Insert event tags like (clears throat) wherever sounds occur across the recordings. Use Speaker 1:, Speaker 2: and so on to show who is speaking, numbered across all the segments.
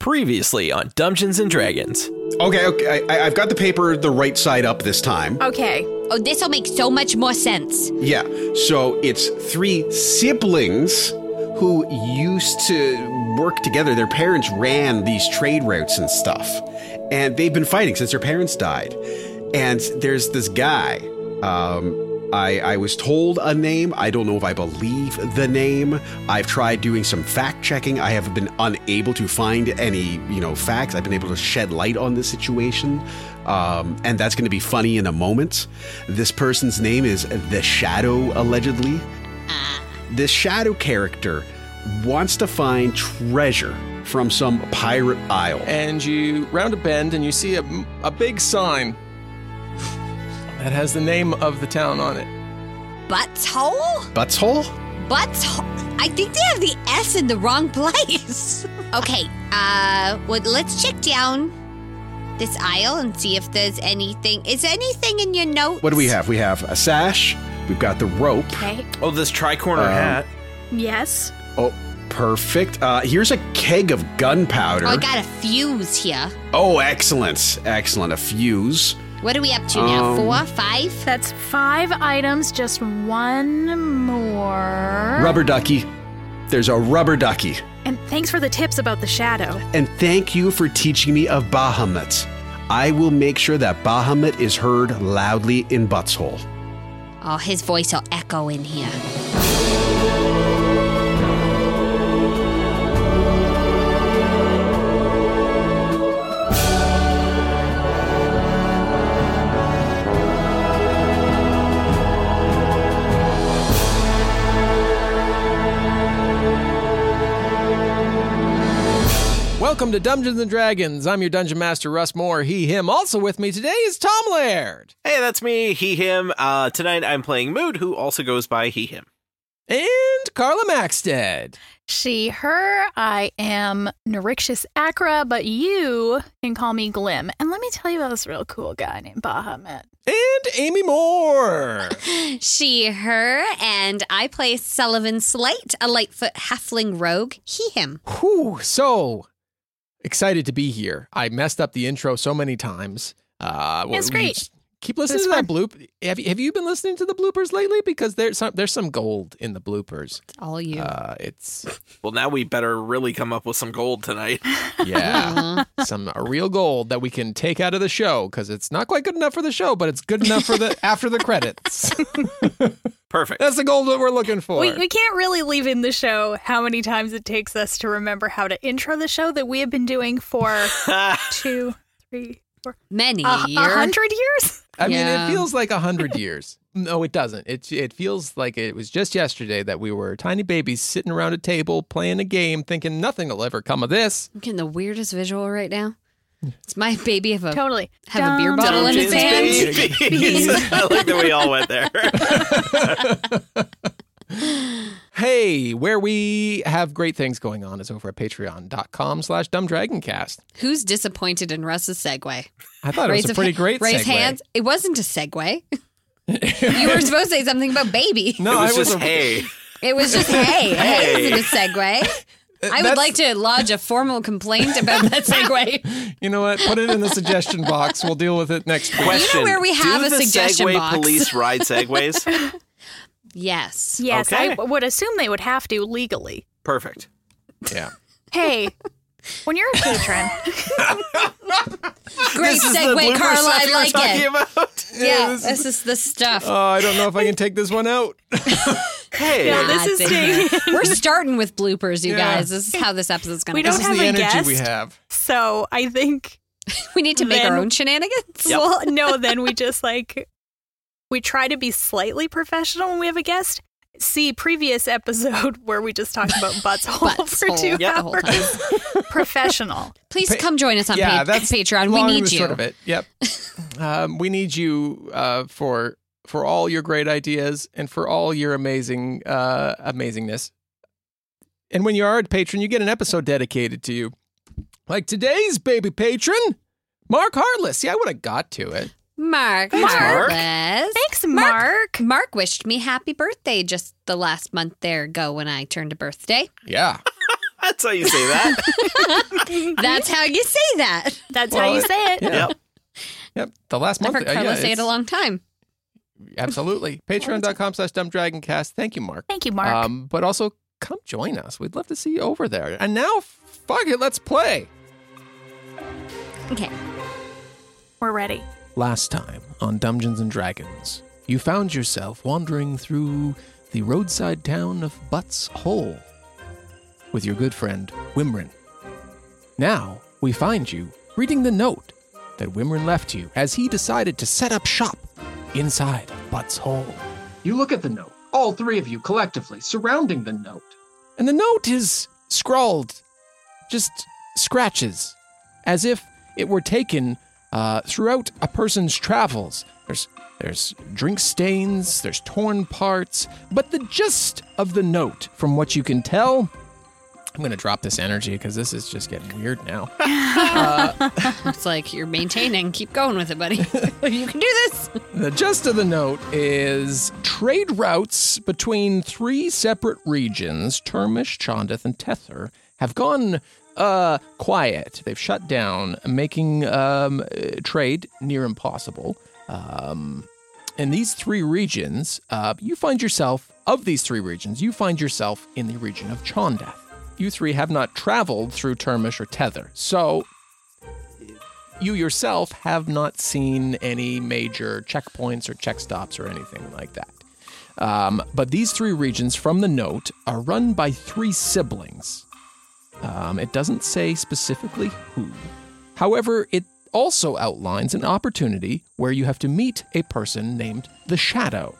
Speaker 1: Previously on Dungeons and Dragons.
Speaker 2: Okay, okay. I, I- I've got the paper the right side up this time.
Speaker 3: Okay.
Speaker 4: Oh, this will make so much more sense.
Speaker 2: Yeah. So it's three siblings who used to work together. Their parents ran these trade routes and stuff. And they've been fighting since their parents died. And there's this guy. Um, I, I was told a name. I don't know if I believe the name. I've tried doing some fact checking. I have been unable to find any, you know, facts. I've been able to shed light on this situation. Um, and that's going to be funny in a moment. This person's name is The Shadow, allegedly. This shadow character wants to find treasure from some pirate isle.
Speaker 1: And you round a bend and you see a, a big sign that has the name of the town on it.
Speaker 4: Butthole?
Speaker 2: Butthole?
Speaker 4: Butthole? I think they have the S in the wrong (laughs) place. okay, uh, well, let's check down this aisle and see if there's anything. Is anything in your notes?
Speaker 2: What do we have? We have a sash. We've got the rope.
Speaker 3: Okay.
Speaker 1: Oh, this tricorner
Speaker 2: Um,
Speaker 1: hat.
Speaker 3: Yes.
Speaker 2: Oh, perfect. Uh, here's a keg of gunpowder.
Speaker 4: Oh, I got a fuse here.
Speaker 2: Oh, excellent. Excellent. A fuse.
Speaker 4: What are we up to now?
Speaker 2: Um,
Speaker 4: Four, five?
Speaker 3: That's five items, just one more.
Speaker 2: Rubber ducky. There's a rubber ducky.
Speaker 3: And thanks for the tips about the shadow.
Speaker 2: And thank you for teaching me of Bahamut. I will make sure that Bahamut is heard loudly in Butthole.
Speaker 4: Oh, his voice will echo in here. (gasps)
Speaker 5: Welcome to Dungeons and Dragons. I'm your dungeon master, Russ Moore. He, him. Also with me today is Tom Laird
Speaker 6: Hey, that's me, he, him. Uh, tonight I'm playing Mood, who also goes by he, him.
Speaker 5: and Carla Maxted.
Speaker 3: She, her, I am Nerixious Acra, but you can call me Glim. And let me tell you about this real cool guy named Bahamut.
Speaker 5: And Amy Moore.
Speaker 4: She, her, and I play Sullivan Slate, a Lightfoot halfling rogue. He, him.
Speaker 5: Whew, so excited to be here. I messed up the intro so many times. Uh,
Speaker 3: It's
Speaker 5: you
Speaker 3: great.
Speaker 5: just Keep listening
Speaker 3: It's
Speaker 5: to that bloop. Have you, have you been listening to the bloopers lately? Because there's some, there's some gold in the bloopers.
Speaker 4: It's all you.
Speaker 5: Uh, it's
Speaker 6: Well, now we better really come up with some gold tonight. (laughs)
Speaker 5: yeah,
Speaker 4: Mhm.
Speaker 5: some real gold that we can take out of the show because it's not quite good enough for the show, but it's good enough for the after the credits.
Speaker 6: Perfect.
Speaker 5: That's the gold that we're looking for.
Speaker 3: We, we can't really leave in the show how many times it takes us to remember how to intro the show that we have been
Speaker 5: (laughs)
Speaker 3: doing for two, three, four,
Speaker 4: Many.
Speaker 3: a, a
Speaker 4: year.
Speaker 3: hundred years?
Speaker 5: I
Speaker 4: Yeah.
Speaker 5: mean, it feels like a hundred years. No, it doesn't. It it feels like it was just yesterday that we were tiny babies sitting around a table playing a game, thinking nothing will ever come of this.
Speaker 4: I'm getting the weirdest visual right now. It's my baby of a.
Speaker 3: Totally.
Speaker 4: Have a beer bottle in his
Speaker 6: Dungeons,
Speaker 4: hand.
Speaker 6: babies.
Speaker 4: (laughs)
Speaker 6: I like that we all went there.
Speaker 5: Hey, where we have great things going on is over at patreon.com slash dumbdragoncast.
Speaker 4: Who's disappointed in Russ's segue?
Speaker 5: I thought it was a
Speaker 4: of
Speaker 5: pretty
Speaker 4: ha-
Speaker 5: great
Speaker 4: raise
Speaker 5: segue.
Speaker 4: hands. It wasn't a segue. you were supposed to say something about baby.
Speaker 5: No,
Speaker 6: it was
Speaker 5: I was
Speaker 6: just
Speaker 5: a-
Speaker 6: hey.
Speaker 4: It was just hey, hey,
Speaker 6: Hey.
Speaker 4: isn't a segue. I would
Speaker 5: that's-
Speaker 4: like to lodge a formal complaint about that segue.
Speaker 5: (laughs) You know what? Put it in the (laughs) suggestion box. We'll deal with it next week.
Speaker 6: Question:
Speaker 4: where we have
Speaker 6: Do
Speaker 4: a
Speaker 6: the
Speaker 4: suggestion
Speaker 6: Segway
Speaker 4: box?
Speaker 3: (laughs)
Speaker 6: police ride segways?
Speaker 4: Yes.
Speaker 3: Yes, I
Speaker 6: Okay.
Speaker 3: w- would assume they would have to legally.
Speaker 6: Perfect.
Speaker 5: Yeah.
Speaker 4: (laughs)
Speaker 3: Hey, when you're a patron,
Speaker 4: (laughs) Great
Speaker 6: This is the
Speaker 4: segue,
Speaker 6: blooper
Speaker 4: Carla.
Speaker 6: stuff
Speaker 4: I
Speaker 6: you were
Speaker 4: like
Speaker 6: talking
Speaker 4: it.
Speaker 6: about.
Speaker 4: Yeah, this is the stuff.
Speaker 5: Oh, I don't know if I can take this one out.
Speaker 6: Hey,
Speaker 3: No, this is
Speaker 4: Goddamn.
Speaker 3: taken.
Speaker 4: We're starting with bloopers, you
Speaker 5: Yeah.
Speaker 4: guys. This is how this episode's going
Speaker 3: We
Speaker 4: to
Speaker 3: don't
Speaker 5: this
Speaker 4: go.
Speaker 5: is
Speaker 3: have
Speaker 5: the
Speaker 3: a
Speaker 5: energy
Speaker 3: guest.
Speaker 5: we have.
Speaker 3: so I think
Speaker 4: (laughs) We need to make
Speaker 3: Then-
Speaker 4: our own shenanigans. (laughs)
Speaker 3: well, no, then we just like we try to be slightly professional when we have a guest. See previous episode (laughs) where we just talked about
Speaker 4: (laughs)
Speaker 3: butthole
Speaker 4: Butts
Speaker 3: for
Speaker 4: hole
Speaker 3: two
Speaker 4: the whole
Speaker 3: hours.
Speaker 4: time.
Speaker 3: Professional.
Speaker 4: Please
Speaker 5: Pa-
Speaker 4: come join us on
Speaker 5: yeah,
Speaker 4: pa-
Speaker 5: that's
Speaker 4: Patreon. We
Speaker 5: Long and
Speaker 4: need
Speaker 5: the
Speaker 4: you.
Speaker 5: Short of it.
Speaker 3: (laughs)
Speaker 5: Yep. um, we need you uh, for for all your great ideas and for all your amazing uh, amazingness. And when you are a patron, you get an episode dedicated to you, like today's baby patron, Mark Hartless. See, I would have got to it.
Speaker 4: Mark.
Speaker 6: Thanks, Mark.
Speaker 4: Harkless.
Speaker 3: Thanks, Mark.
Speaker 4: Mark wished me happy birthday just the last month there ago when I turned
Speaker 3: (laughs)
Speaker 4: a birthday.
Speaker 5: Yeah.
Speaker 6: (laughs) that's how you say that.
Speaker 4: That's how you say that.
Speaker 3: That's
Speaker 5: Well,
Speaker 3: how you say it.
Speaker 5: Yeah.
Speaker 6: Yep.
Speaker 5: Yep. The last
Speaker 4: I've
Speaker 5: month.
Speaker 4: heard
Speaker 5: uh, yeah,
Speaker 4: Carla say it a
Speaker 5: it's-
Speaker 4: long time.
Speaker 3: (laughs)
Speaker 5: Absolutely. Patreon.com slash dumbdragoncast. Thank you, Mark.
Speaker 3: Thank you, Mark.
Speaker 5: Um, but also come join us. We'd love to see you over there. And now, fuck it, let's play.
Speaker 4: Okay.
Speaker 3: We're ready.
Speaker 5: Last time on Dungeons and Dragons, you found yourself wandering through the roadside town of Butts Hole with your good friend Wimrin. Now we find you reading the note that Wimrin left you as he decided to set up shop inside of Butts Hole.
Speaker 7: You look at the note, all three of you collectively surrounding the note.
Speaker 5: And the note is scrawled, just scratches, as if it were taken uh, throughout a person's travels. There's there's drink stains, there's torn parts, but the gist of the note, from what you can tell, I'm gonna drop this energy because this is just getting weird now. (laughs) uh,
Speaker 4: (laughs) It's like you're maintaining. Keep going with
Speaker 5: (laughs)
Speaker 4: it, buddy. you can do this.
Speaker 5: The gist of the note is trade routes between three separate regions, Termish, Chondeth, and Tether, have gone uh, quiet. They've shut down, making um, uh, trade near impossible. Um, in these three regions, uh, you find yourself, of these three regions, you find yourself in the region of Chondeth. You three have not traveled through Termish or Tether, so you yourself have not seen any major checkpoints or check stops or anything like that. Um, but these three regions from the note are run by three siblings. Um, it doesn't say specifically who. However, it also outlines an opportunity where you have to meet a person named the Shadow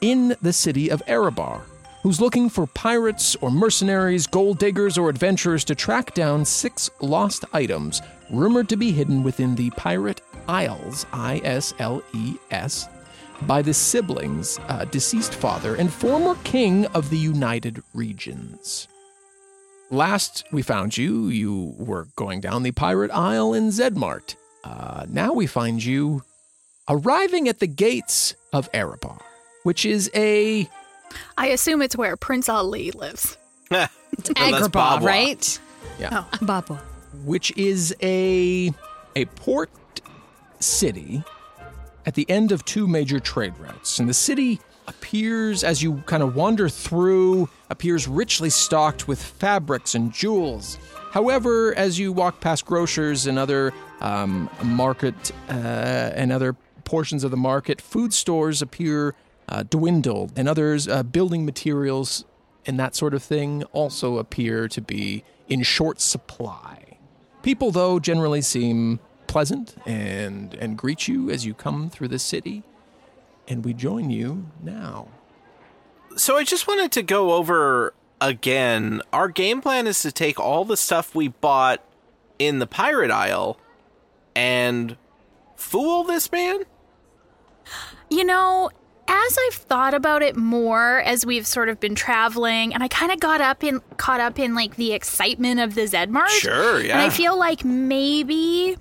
Speaker 5: in the city of Erebar, who's looking for pirates or mercenaries, gold diggers, or adventurers to track down six lost items rumored to be hidden within the Pirate Isles, I S L E S, by the siblings, uh, deceased father, and former king of the United Regions. Last we found you, you were going down the Pirate Isle in Zedmart. Uh, now we find you arriving at the gates of Erebar, which is a
Speaker 3: I assume it's where Prince Ali lives.
Speaker 6: it's
Speaker 4: Agrabah, right?
Speaker 5: Yeah.
Speaker 4: Oh. Babwa.
Speaker 5: which is a a port city at the end of two major trade routes. And the city appears as you kind of wander through appears richly stocked with fabrics and jewels. However, as you walk past grocers and other um, market uh, and other portions of the market, food stores appear uh, dwindled, and others uh, building materials and that sort of thing also appear to be in short supply. People, though, generally seem pleasant and, and greet you as you come through the city, and we join you now.
Speaker 6: So I just wanted to go over again. Our game plan is to take all the stuff we bought in the pirate aisle and fool this man.
Speaker 3: You know, as I've thought about it more as we've sort of been traveling and I kind of got up in caught up in like the excitement of the Zedmart.
Speaker 6: Sure, yeah.
Speaker 3: And I feel like maybe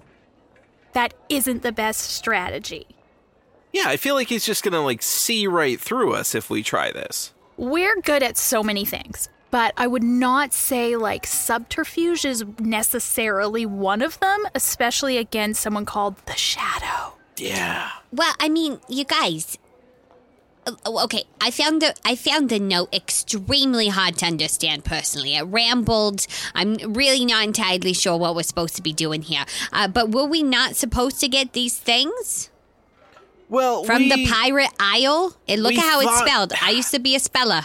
Speaker 3: that isn't the best strategy.
Speaker 6: Yeah, I feel like he's just gonna like see right through us if we try this.
Speaker 3: We're good at so many things, but I would not say like subterfuge is necessarily one of them, especially against someone called the Shadow.
Speaker 6: Yeah.
Speaker 4: Well, I mean, you guys, Oh, okay, I found the I found the note extremely hard to understand personally. It rambled. I'm really not entirely sure what we're supposed to be doing here. Uh, but were we not supposed to get these things
Speaker 6: Well,
Speaker 4: from
Speaker 6: we-
Speaker 4: the pirate isle? And look
Speaker 6: we
Speaker 4: at how it's
Speaker 6: thought-
Speaker 4: spelled. I used to be a speller.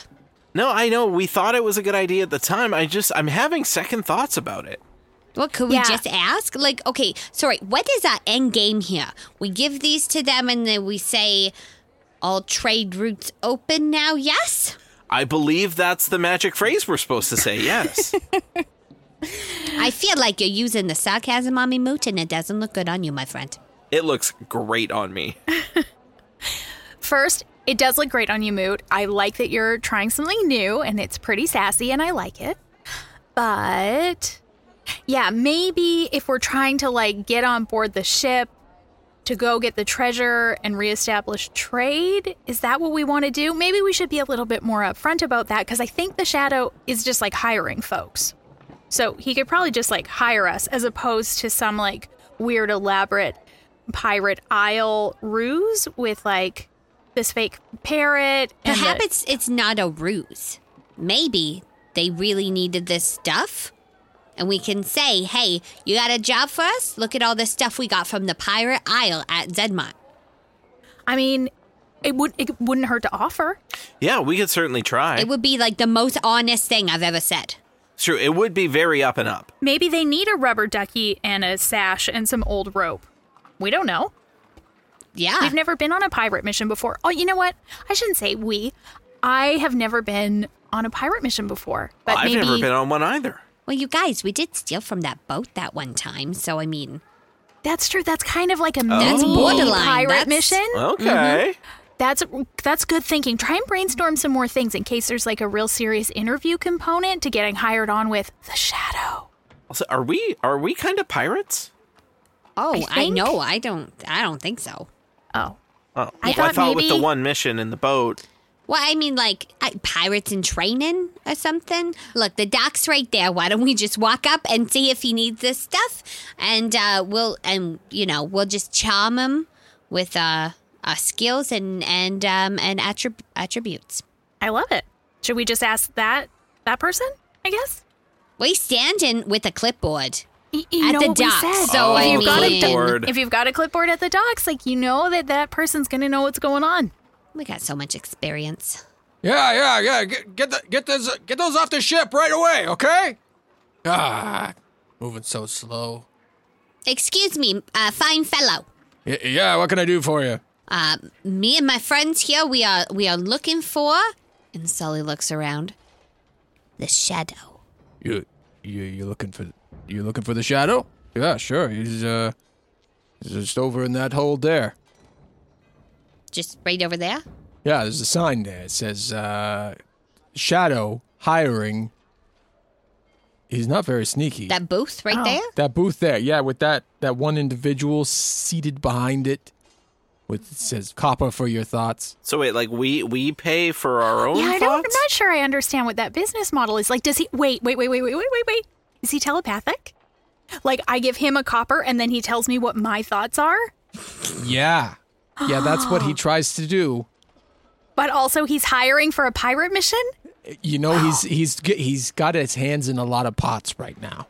Speaker 6: No, I know. We thought it was a good idea at the time. I just I'm having second thoughts about it.
Speaker 4: What could we
Speaker 3: Yeah.
Speaker 4: just ask? Like, okay, sorry, what is our end game here? We give these to them and then we say, all trade routes open now, yes?
Speaker 6: I believe that's the magic phrase we're supposed to
Speaker 3: (laughs)
Speaker 6: say. Yes.
Speaker 4: I feel like you're using the sarcasm on me, Moot, and it doesn't look good on you, my friend.
Speaker 6: it looks great on me.
Speaker 3: First, it does look great on you, Moot. I like that you're trying something new and it's pretty sassy and I like it. But yeah, maybe if we're trying to like get on board the ship to go get the treasure and reestablish trade, is that what we want to do? Maybe we should be a little bit more upfront about that because I think the shadow is just like hiring folks. So he could probably just like hire us as opposed to some like weird elaborate pirate isle ruse with like this fake parrot and the-
Speaker 4: Perhaps it's, it's not a ruse. Maybe they really needed this stuff. And we can say, hey, you got a job for us? Look at all the stuff we got from the Pirate Isle at Zedmont.
Speaker 3: I mean, it would it wouldn't hurt to offer.
Speaker 6: Yeah, we could certainly try.
Speaker 4: It would be like the most honest thing I've ever said.
Speaker 6: It's true. It would be very up and up.
Speaker 3: Maybe they need a rubber ducky and a sash and some old rope. We don't know.
Speaker 4: Yeah.
Speaker 3: We've never been on a pirate mission before. Oh, you know what? I shouldn't say we. I have never been on a pirate mission before. But
Speaker 6: I've
Speaker 3: maybe
Speaker 6: never been on one either.
Speaker 4: Well, you guys, we did steal from that boat that one time, so I mean,
Speaker 3: that's true. That's kind of like a
Speaker 4: That's
Speaker 3: mini
Speaker 4: borderline.
Speaker 3: pirate
Speaker 4: That's- Mm-hmm.
Speaker 3: mission.
Speaker 6: Okay.
Speaker 3: That's that's good thinking. Try and brainstorm some more things in case there's like a real serious interview component to getting hired on with the shadow.
Speaker 6: Also, are we are we kind of pirates?
Speaker 4: oh,
Speaker 3: I
Speaker 4: I,
Speaker 3: think-
Speaker 4: know, I don't, I don't think so.
Speaker 3: Oh. I
Speaker 6: Oh, well, I
Speaker 3: thought
Speaker 6: thought with the
Speaker 3: maybe-
Speaker 6: one mission in the boat.
Speaker 4: Well, I mean, like I, pirates in training or something. Look, the dock's right there. Why don't we just walk up and see if he needs this stuff, and uh, we'll and you know we'll just charm him with uh, our skills and and um, and attrib- attributes.
Speaker 3: I love it. Should we just ask that that person? I guess.
Speaker 4: We stand in with a clipboard.
Speaker 3: Y- you
Speaker 4: At
Speaker 3: know
Speaker 4: the
Speaker 3: what we
Speaker 4: docks,
Speaker 3: said.
Speaker 4: so
Speaker 3: if
Speaker 4: I
Speaker 3: you've got a
Speaker 4: mean-
Speaker 6: Clipboard.
Speaker 3: Oh, if you've got a clipboard at the docks, like you know that that person's gonna know what's going on.
Speaker 4: We got so much experience.
Speaker 5: Yeah, yeah, yeah. Get get the, get those get those off the ship right away, okay? Ah, moving so slow.
Speaker 4: Excuse me, uh, fine fellow.
Speaker 5: Y- yeah, what can I do for you?
Speaker 4: Uh, me and my friends here, we are we are looking for. And Sully looks around. The shadow.
Speaker 5: You you you looking for you looking for the shadow? Yeah, sure. He's uh he's just over in that hole there.
Speaker 4: Just right over there.
Speaker 5: Yeah, there's a sign there. It says uh shadow hiring. He's not very sneaky.
Speaker 4: That booth
Speaker 3: Oh.
Speaker 4: right there.
Speaker 5: That booth there, yeah, with that that one individual seated behind it, with it says "copper for your thoughts."
Speaker 6: So wait, like we we pay for our own
Speaker 3: yeah, I don't, I'm
Speaker 6: thoughts?
Speaker 3: not sure I understand what that business model is. Like, does he wait? Wait, wait, wait, wait, wait, wait, wait. Is he telepathic? Like, I give him a copper and then he tells me what my thoughts are,
Speaker 5: Yeah, yeah, that's what
Speaker 4: (gasps)
Speaker 5: he tries to do.
Speaker 3: but also he's hiring for a pirate mission.
Speaker 5: You know, he's he's g- he's got his hands in a lot of pots right now.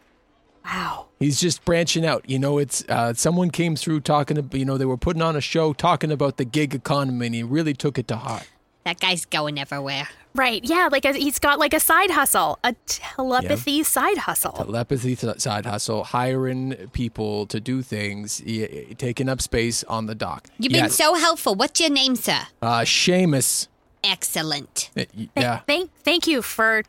Speaker 3: Wow.
Speaker 5: He's just branching out. You know, it's uh, someone came through talking. ab- You know, they were putting on a show talking about the gig economy, and he really took it to heart.
Speaker 4: That guy's going everywhere.
Speaker 3: Right. Yeah. Like, a, he's got like a side hustle, a telepathy side hustle.
Speaker 5: Telepathy th- side hustle, hiring people to do things, y- y- taking up space on the dock.
Speaker 4: You've been
Speaker 5: Yeah.
Speaker 4: so helpful. What's your name, sir?
Speaker 5: Uh, Seamus.
Speaker 4: Excellent.
Speaker 5: Uh, y-
Speaker 3: Th-
Speaker 5: Yeah.
Speaker 3: Thank, thank you for,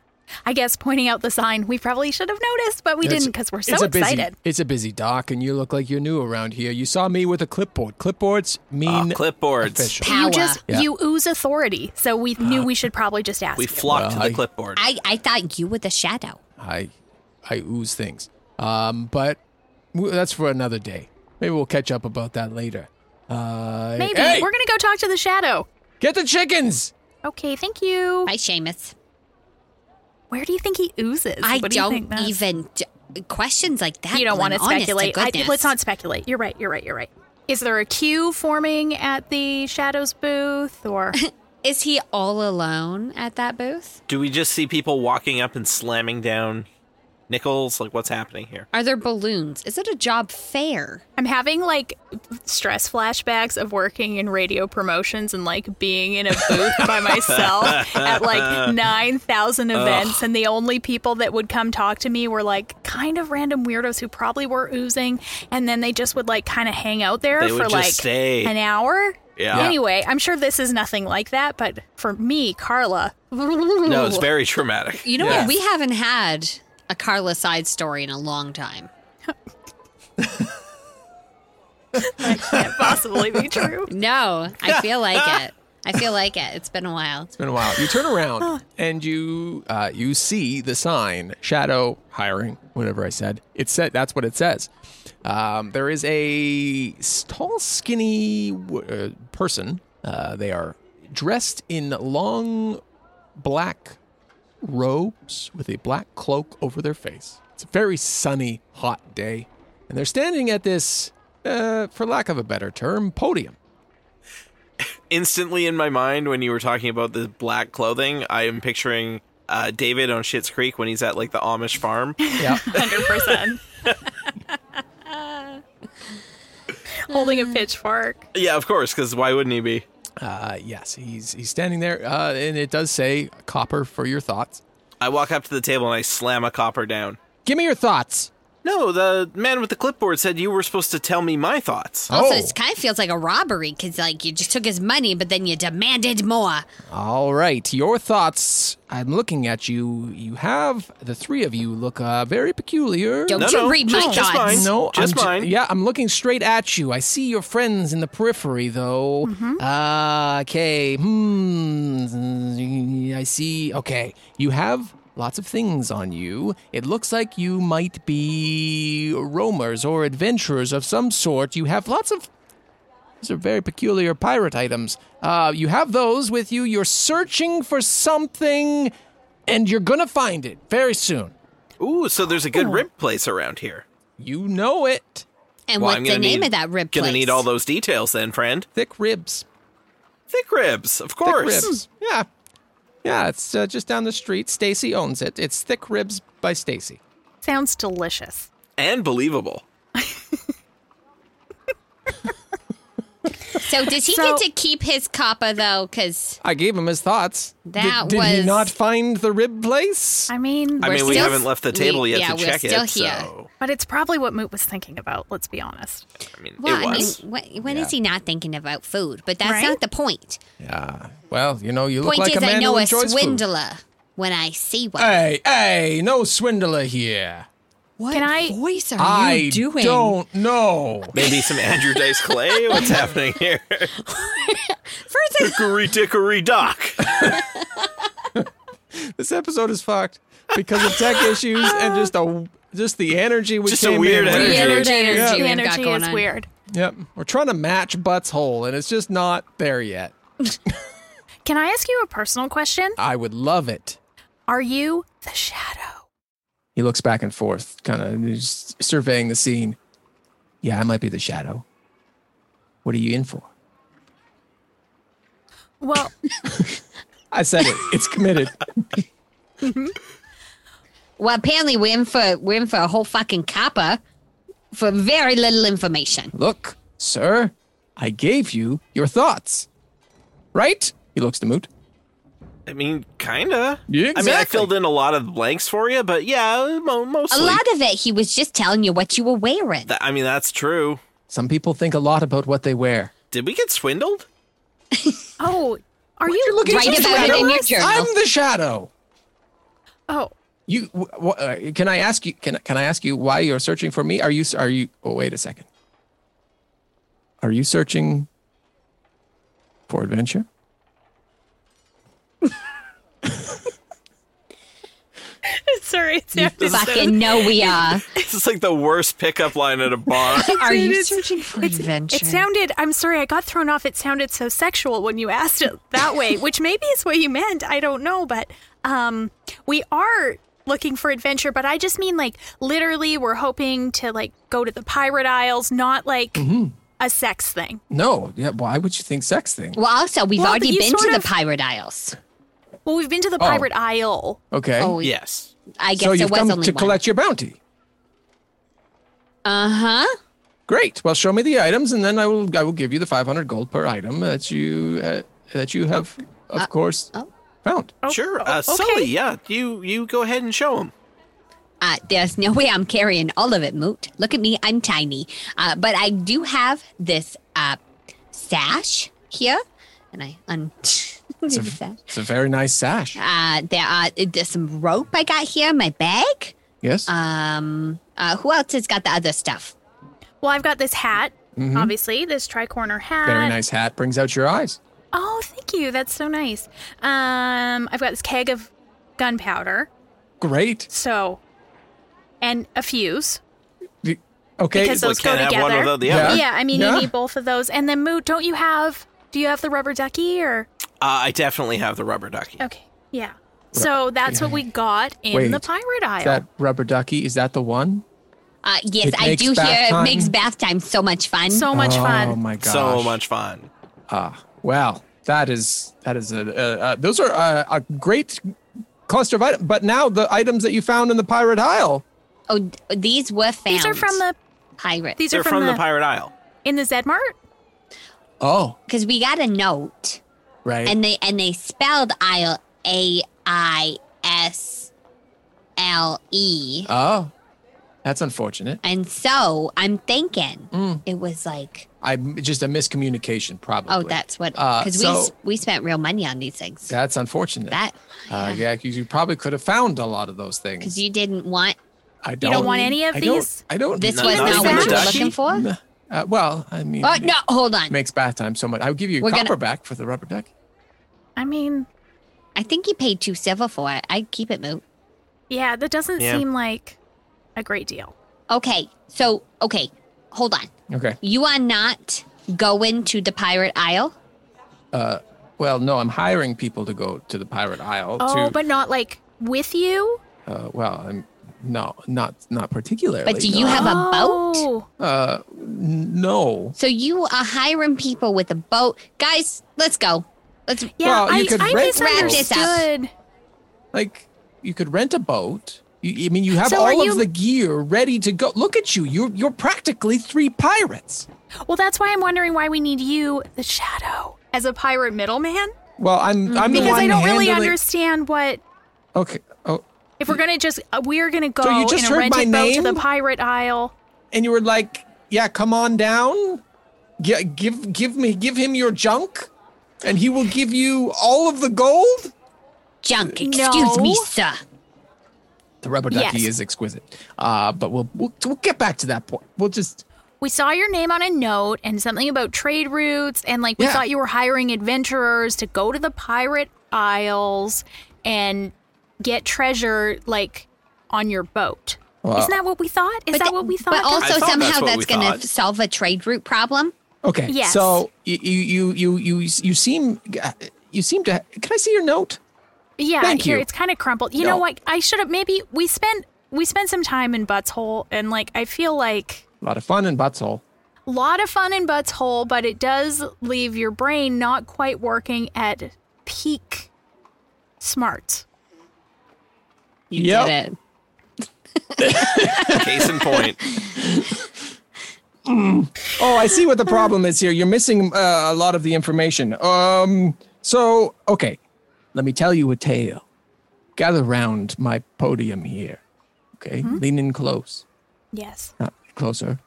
Speaker 3: I guess, pointing out the sign. We probably should have noticed, but we
Speaker 5: It's-
Speaker 3: didn't because we're so
Speaker 5: it's a busy,
Speaker 3: excited.
Speaker 5: It's a busy dock, and you look like you're new around here. You saw me with a clipboard. Clipboards mean
Speaker 6: Ah, clipboards.
Speaker 5: official.
Speaker 4: Power.
Speaker 3: You just
Speaker 5: Yeah. Uh-huh.
Speaker 3: you ooze authority, so we knew we should probably just ask.
Speaker 6: We
Speaker 3: you.
Speaker 6: flock to
Speaker 5: Well, I-
Speaker 6: the clipboard.
Speaker 4: I, I thought you were the shadow.
Speaker 5: I, I ooze things. Um, but w- that's for another day. Maybe we'll catch up about that later. Uh,
Speaker 3: Maybe
Speaker 5: hey,
Speaker 3: we're gonna go talk to the shadow.
Speaker 5: get the chickens.
Speaker 3: Okay, thank you.
Speaker 4: Hi, Seamus.
Speaker 3: Where do you think he oozes?
Speaker 4: I
Speaker 3: What do you
Speaker 4: don't
Speaker 3: think that's-
Speaker 4: even d- questions like that.
Speaker 3: You don't want to
Speaker 4: Glenn, honest
Speaker 3: speculate. I,
Speaker 4: goodness.
Speaker 3: let's not speculate. You're right. You're right. You're right. Is there a queue forming at the shadows booth, or
Speaker 4: (laughs) Is he all alone at that booth?
Speaker 6: Do we just see people walking up and slamming down nickels? Like, what's happening here?
Speaker 4: Are there balloons? Is it a job fair?
Speaker 3: I'm having like stress flashbacks of working in radio promotions and like being in a booth by
Speaker 6: (laughs)
Speaker 3: myself at like 9,000 events. And the only people that would come talk to me were like kind of random weirdos who probably were oozing. And then they just would like kind of hang out there
Speaker 6: They
Speaker 3: for
Speaker 6: would just
Speaker 3: like
Speaker 6: stay.
Speaker 3: an hour.
Speaker 6: Yeah.
Speaker 3: Anyway, I'm sure this is nothing like that, but for me, Carla,
Speaker 6: No, it's very traumatic.
Speaker 4: You know what? We haven't had a Carla side story in a long time.
Speaker 3: that can't possibly be true.
Speaker 4: (laughs) No, I feel like it. I feel like it. It's been a while.
Speaker 5: Ah. It's been a while. You turn around and you uh, you see the sign shadow hiring whatever I said. It said that's what it says. Um, there is a s- tall, skinny w- uh, person. Uh, they are dressed in long black robes with a black cloak over their face. It's a very sunny, hot day, and they're standing at this, uh, for lack of a better term, podium.
Speaker 6: Instantly in my mind, when you were talking about the black clothing, I am picturing uh, David on Schitt's Creek when he's at like the Amish farm.
Speaker 5: Yeah.
Speaker 3: 100%. (laughs) Holding a pitchfork.
Speaker 6: (laughs) yeah, of course, because why wouldn't he be?
Speaker 5: Uh, yes, he's he's standing there, uh, and it does say copper for your thoughts.
Speaker 6: I walk up to the table and I slam a copper down.
Speaker 5: Give me your thoughts.
Speaker 6: No, the man with the clipboard said you were supposed to tell me my thoughts.
Speaker 5: Oh.
Speaker 4: Also, it kind of feels like a robbery because, like, you just took his money, but then you demanded more.
Speaker 5: All right, your thoughts. I'm looking at you. You have the three of you look uh, very peculiar.
Speaker 4: Don't
Speaker 6: No,
Speaker 4: you
Speaker 6: no,
Speaker 4: read my
Speaker 6: just- just
Speaker 4: thoughts?
Speaker 6: mine.
Speaker 5: No,
Speaker 6: Just
Speaker 5: I'm ju-
Speaker 6: mine.
Speaker 5: yeah, I'm looking straight at you. I see your friends in the periphery, though.
Speaker 4: Mm-hmm.
Speaker 5: Uh, okay. Hmm. I see. Okay. You have lots of things on you. It looks like you might be roamers or adventurers of some sort. You have lots of. These are very peculiar pirate items. Uh, you have those with you. You're searching for something, and you're gonna find it very soon.
Speaker 6: Ooh, so there's a good rib place around here.
Speaker 5: You know it.
Speaker 4: And
Speaker 6: Well,
Speaker 4: what's the
Speaker 6: gonna
Speaker 4: name
Speaker 6: need- e-
Speaker 4: of that rib
Speaker 6: Gonna
Speaker 4: place?
Speaker 6: need all those details then, friend.
Speaker 5: Thick ribs.
Speaker 6: Thick ribs, of
Speaker 5: Thick
Speaker 6: course.
Speaker 5: Ribs. Yeah. Yeah, it's uh, just down the street. Stacy owns it. It's Thick Ribs by Stacy.
Speaker 3: Sounds delicious.
Speaker 6: And believable.
Speaker 4: So, does
Speaker 3: (laughs)
Speaker 4: he
Speaker 3: So-
Speaker 4: get to keep his coppa though? Because
Speaker 5: I gave him his thoughts.
Speaker 4: That
Speaker 5: did, did he
Speaker 4: was-
Speaker 5: not find the rib place?
Speaker 3: I mean,
Speaker 6: I mean, we
Speaker 4: still-
Speaker 6: haven't left the table
Speaker 4: we-
Speaker 6: yet
Speaker 4: yeah,
Speaker 6: to
Speaker 4: we're
Speaker 6: check
Speaker 4: still
Speaker 6: it,
Speaker 4: here.
Speaker 6: so
Speaker 3: but it's probably what Moot was thinking about, let's be honest.
Speaker 6: I mean,
Speaker 4: well,
Speaker 6: it
Speaker 4: I mean,
Speaker 6: was.
Speaker 4: wh- when is he not thinking about food? But that's
Speaker 3: Right?
Speaker 4: not the point.
Speaker 5: Yeah. Well, you know, you look
Speaker 4: Point
Speaker 5: like a
Speaker 4: is,
Speaker 5: man
Speaker 4: I know
Speaker 5: who
Speaker 4: a
Speaker 5: enjoys food.
Speaker 4: swindler when I see one.
Speaker 5: Hey, hey, no swindler here.
Speaker 4: what
Speaker 3: Can I-
Speaker 4: voice are
Speaker 5: I
Speaker 4: you doing?
Speaker 5: don't know.
Speaker 6: Maybe some Andrew Dice Clay? What's happening (laughs)
Speaker 4: (laughs)
Speaker 6: here?
Speaker 4: First, I-
Speaker 6: Hickory dickory dock.
Speaker 5: (laughs) this episode is fucked because of tech issues
Speaker 4: (laughs)
Speaker 5: and just a just the energy we
Speaker 6: Just a
Speaker 5: came
Speaker 6: weird
Speaker 5: in with.
Speaker 6: energy.
Speaker 4: Weird
Speaker 3: The
Speaker 4: energy we've got
Speaker 3: energy
Speaker 4: going
Speaker 3: is
Speaker 4: on.
Speaker 3: weird.
Speaker 5: Yep. We're trying to match Butt's hole, and it's just not there yet.
Speaker 3: Can I ask you a personal question?
Speaker 5: I would love it.
Speaker 3: Are you the shadow?
Speaker 5: He looks back and forth, kind of surveying the scene. Yeah, I might be the shadow. What are you in for?
Speaker 3: Well,
Speaker 5: I said it. It's committed.
Speaker 4: (laughs)
Speaker 6: (laughs)
Speaker 4: Well, apparently we're in for we're in for a whole fucking copper for very little information.
Speaker 5: Look, sir, I gave you your thoughts. Right? He looks to Moot.
Speaker 6: I mean, kinda.
Speaker 5: Yeah,
Speaker 6: I mean, I
Speaker 5: exactly.
Speaker 6: filled in a lot of blanks for you, but yeah, mo-
Speaker 4: A
Speaker 6: mostly.
Speaker 4: lot of it, he was just telling you what you were wearing.
Speaker 6: Th- I mean, that's true.
Speaker 5: Some people think a lot about what they wear.
Speaker 6: Did we get swindled?
Speaker 3: oh, are you
Speaker 5: Look at
Speaker 4: Write
Speaker 5: you,
Speaker 4: about it in your
Speaker 5: shadow.
Speaker 4: journal.
Speaker 5: I'm the shadow.
Speaker 3: Oh,
Speaker 5: You wh- wh- uh, can I ask you can can I ask you why you're searching for me? Are you are you oh, wait a second. Are you searching for adventure?
Speaker 3: (laughs) sorry, it's not
Speaker 6: This is-
Speaker 4: fucking no, we are.
Speaker 6: (laughs) This is like the worst pickup line at a bar.
Speaker 4: Uh. (laughs) Are you
Speaker 3: It's-
Speaker 4: searching for adventure?
Speaker 3: It sounded, I'm sorry, I got thrown off. It sounded so sexual when you asked it that
Speaker 4: (laughs)
Speaker 3: way, which maybe is what you meant. I don't know, but um, we are looking for adventure, but I
Speaker 5: Mm-hmm.
Speaker 3: just mean like literally we're hoping to like go to the pirate isles, not like a sex thing.
Speaker 5: No, yeah. Why would you think sex thing?
Speaker 4: Well, also, we've
Speaker 3: Well, but
Speaker 4: already
Speaker 3: you
Speaker 4: been to
Speaker 3: sort
Speaker 4: the
Speaker 3: of-
Speaker 4: Pirate Isles.
Speaker 3: Well, we've been to the
Speaker 5: Oh.
Speaker 3: Pirate Isle.
Speaker 5: Okay.
Speaker 4: Oh,
Speaker 6: Yes.
Speaker 4: I guess
Speaker 5: so
Speaker 4: there
Speaker 5: you've
Speaker 4: was
Speaker 5: come
Speaker 4: only
Speaker 5: to
Speaker 4: one.
Speaker 5: collect your bounty.
Speaker 4: Uh huh.
Speaker 5: Great. Well, show me the items, and then I will I will give you the five hundred gold per item that you uh, that you have,
Speaker 3: Uh,
Speaker 5: of course,
Speaker 3: oh.
Speaker 5: found.
Speaker 6: sure. Uh,
Speaker 5: oh,
Speaker 6: Sully, yeah. You you go ahead and show him.
Speaker 4: Uh, there's no way I'm carrying all of it, Moot. Look at me, I'm tiny. Uh, but I do have this uh, sash here, and I un. (laughs)
Speaker 5: It's
Speaker 4: the
Speaker 5: a,
Speaker 4: sash.
Speaker 5: it's a very nice sash.
Speaker 4: Uh, there are there's some rope I got here in my bag.
Speaker 5: Yes.
Speaker 4: Um, uh, who else has got the other stuff?
Speaker 3: Well, I've got this hat,
Speaker 4: Mm-hmm.
Speaker 3: obviously, this tricorner hat.
Speaker 5: very nice hat brings out your eyes.
Speaker 3: Oh, thank you. That's so nice. Um, I've got this keg of gunpowder.
Speaker 5: Great.
Speaker 3: So, and a fuse
Speaker 5: The- Okay.
Speaker 3: because
Speaker 6: Well,
Speaker 3: those go
Speaker 6: can't have
Speaker 3: together.
Speaker 6: one without the
Speaker 5: Yeah.
Speaker 6: other.
Speaker 3: yeah. I mean,
Speaker 5: Yeah.
Speaker 3: you need both of those. And then Moot, don't you have? Do you have the rubber ducky or?
Speaker 6: Uh, I definitely have the rubber ducky.
Speaker 3: Okay, yeah. So that's what we got in
Speaker 5: Wait,
Speaker 3: the pirate aisle.
Speaker 5: Is that rubber ducky? Is that the one?
Speaker 4: Uh, yes,
Speaker 5: It
Speaker 4: I
Speaker 5: makes
Speaker 4: do
Speaker 5: bath
Speaker 4: hear it
Speaker 5: time.
Speaker 4: makes bath time so much fun.
Speaker 3: so much
Speaker 5: oh
Speaker 3: fun.
Speaker 5: my gosh.
Speaker 6: So much fun.
Speaker 5: Ah, wow. That is that is a uh, uh, those are uh, a great cluster of items. But now the items that you found in the pirate aisle.
Speaker 4: oh, d- these were found.
Speaker 3: These are from the.
Speaker 4: pirate.
Speaker 3: These
Speaker 6: They're
Speaker 3: are from, the,
Speaker 6: Pirate Isle.
Speaker 3: in the Zed Mart.
Speaker 5: Oh,
Speaker 4: because we got a note,
Speaker 5: right.
Speaker 4: and they and they spelled aisle a i s l e,
Speaker 5: oh, that's unfortunate.
Speaker 4: and so I'm thinking
Speaker 5: Mm.
Speaker 4: it was like,
Speaker 5: I just a miscommunication probably.
Speaker 4: oh, that's what
Speaker 5: Uh,
Speaker 4: because we
Speaker 5: so-
Speaker 4: s- we spent real money on these things.
Speaker 5: that's unfortunate.
Speaker 4: that
Speaker 5: uh, yeah, 'cause you probably could have found a lot of those things.
Speaker 4: because you didn't want
Speaker 5: I don't,
Speaker 3: don't want any of
Speaker 5: I don't-
Speaker 3: these?
Speaker 5: I don't.
Speaker 4: This
Speaker 6: No,
Speaker 4: was
Speaker 6: not
Speaker 4: not
Speaker 6: even
Speaker 4: what you were
Speaker 6: the
Speaker 4: looking
Speaker 6: ducky.
Speaker 4: for.
Speaker 5: Uh, well, I mean,
Speaker 4: Oh no! Hold on.
Speaker 5: makes bath time so much. I would give you
Speaker 4: We're
Speaker 5: a
Speaker 4: gonna-
Speaker 5: copper back for the rubber ducky.
Speaker 3: I mean,
Speaker 4: I think you paid two silver for it. I keep it moot.
Speaker 3: yeah, that doesn't
Speaker 6: Yeah.
Speaker 3: seem like a great deal.
Speaker 4: Okay. So okay, hold on.
Speaker 5: Okay.
Speaker 4: You are not going to the pirate isle.
Speaker 5: Uh, Well, no, I'm hiring people to go to the pirate aisle.
Speaker 3: Oh,
Speaker 5: to,
Speaker 3: but not like with you.
Speaker 5: uh, well, I'm no, not not particularly.
Speaker 4: But do
Speaker 5: no.
Speaker 4: you
Speaker 5: Uh,
Speaker 4: have a boat?
Speaker 3: Oh,
Speaker 5: no?
Speaker 4: So you are hiring people with a boat, guys. Let's go. Let's.
Speaker 3: yeah.
Speaker 5: Well, you
Speaker 3: I,
Speaker 5: could
Speaker 3: I
Speaker 5: rent boats.
Speaker 3: misunderstood.
Speaker 5: Like you could rent a boat. You, I mean, you have
Speaker 3: So are
Speaker 5: all
Speaker 3: you-
Speaker 5: of the gear ready to go. Look at you. You're you're practically three pirates.
Speaker 3: Well, that's why I'm wondering why we need you, the Shadow, as a pirate middleman.
Speaker 5: Well, I'm I'm the
Speaker 3: Mm-hmm. Because
Speaker 5: one
Speaker 3: I don't really
Speaker 5: handling-
Speaker 3: understand what
Speaker 5: Okay. Oh,
Speaker 3: if we're gonna just uh, we're gonna go
Speaker 5: So you just
Speaker 3: in a
Speaker 5: heard
Speaker 3: rented
Speaker 5: my
Speaker 3: boat to the
Speaker 5: name?
Speaker 3: pirate aisle.
Speaker 5: and you were like, yeah, come on down. Gi- give give me give him your junk, and he will give you all of the gold.
Speaker 4: Junk. Excuse me,
Speaker 3: No.
Speaker 4: sir.
Speaker 5: The rubber ducky
Speaker 3: Yes.
Speaker 5: is exquisite. Uh, but we'll, we'll we'll get back to that point. We'll just
Speaker 3: We saw your name on a note and something about trade routes, and like we
Speaker 5: Yeah.
Speaker 3: thought you were hiring adventurers to go to the pirate isles and get treasure like on your boat. Isn't that what we thought? Is that
Speaker 4: th-
Speaker 3: what we thought?
Speaker 4: But also
Speaker 6: I thought that's
Speaker 4: somehow
Speaker 6: what
Speaker 4: that's
Speaker 6: we
Speaker 4: going
Speaker 6: thought.
Speaker 4: to solve a trade route problem.
Speaker 5: okay.
Speaker 3: Yes.
Speaker 5: So you you you you you seem you seem to. Can I see your note?
Speaker 3: yeah,
Speaker 5: thank
Speaker 3: here
Speaker 5: you.
Speaker 3: it's kind of crumpled. You know
Speaker 5: No.
Speaker 3: what? I should have maybe we spent we spent some time in Butthole, and like I feel like
Speaker 5: A lot of fun in Butthole.
Speaker 3: lot of fun in butthole, but it does leave your brain not quite working at peak smart.
Speaker 4: You
Speaker 5: Yep.
Speaker 4: did it.
Speaker 6: Case in point.
Speaker 4: (laughs)
Speaker 3: Mm.
Speaker 5: Oh, I see what the
Speaker 3: (laughs)
Speaker 5: problem is here. You're missing uh, a lot of the information. Um, so okay, let me tell you a tale. Gather round my podium here. Okay,
Speaker 3: Mm-hmm.
Speaker 5: lean in close,
Speaker 3: Yes.
Speaker 5: not closer.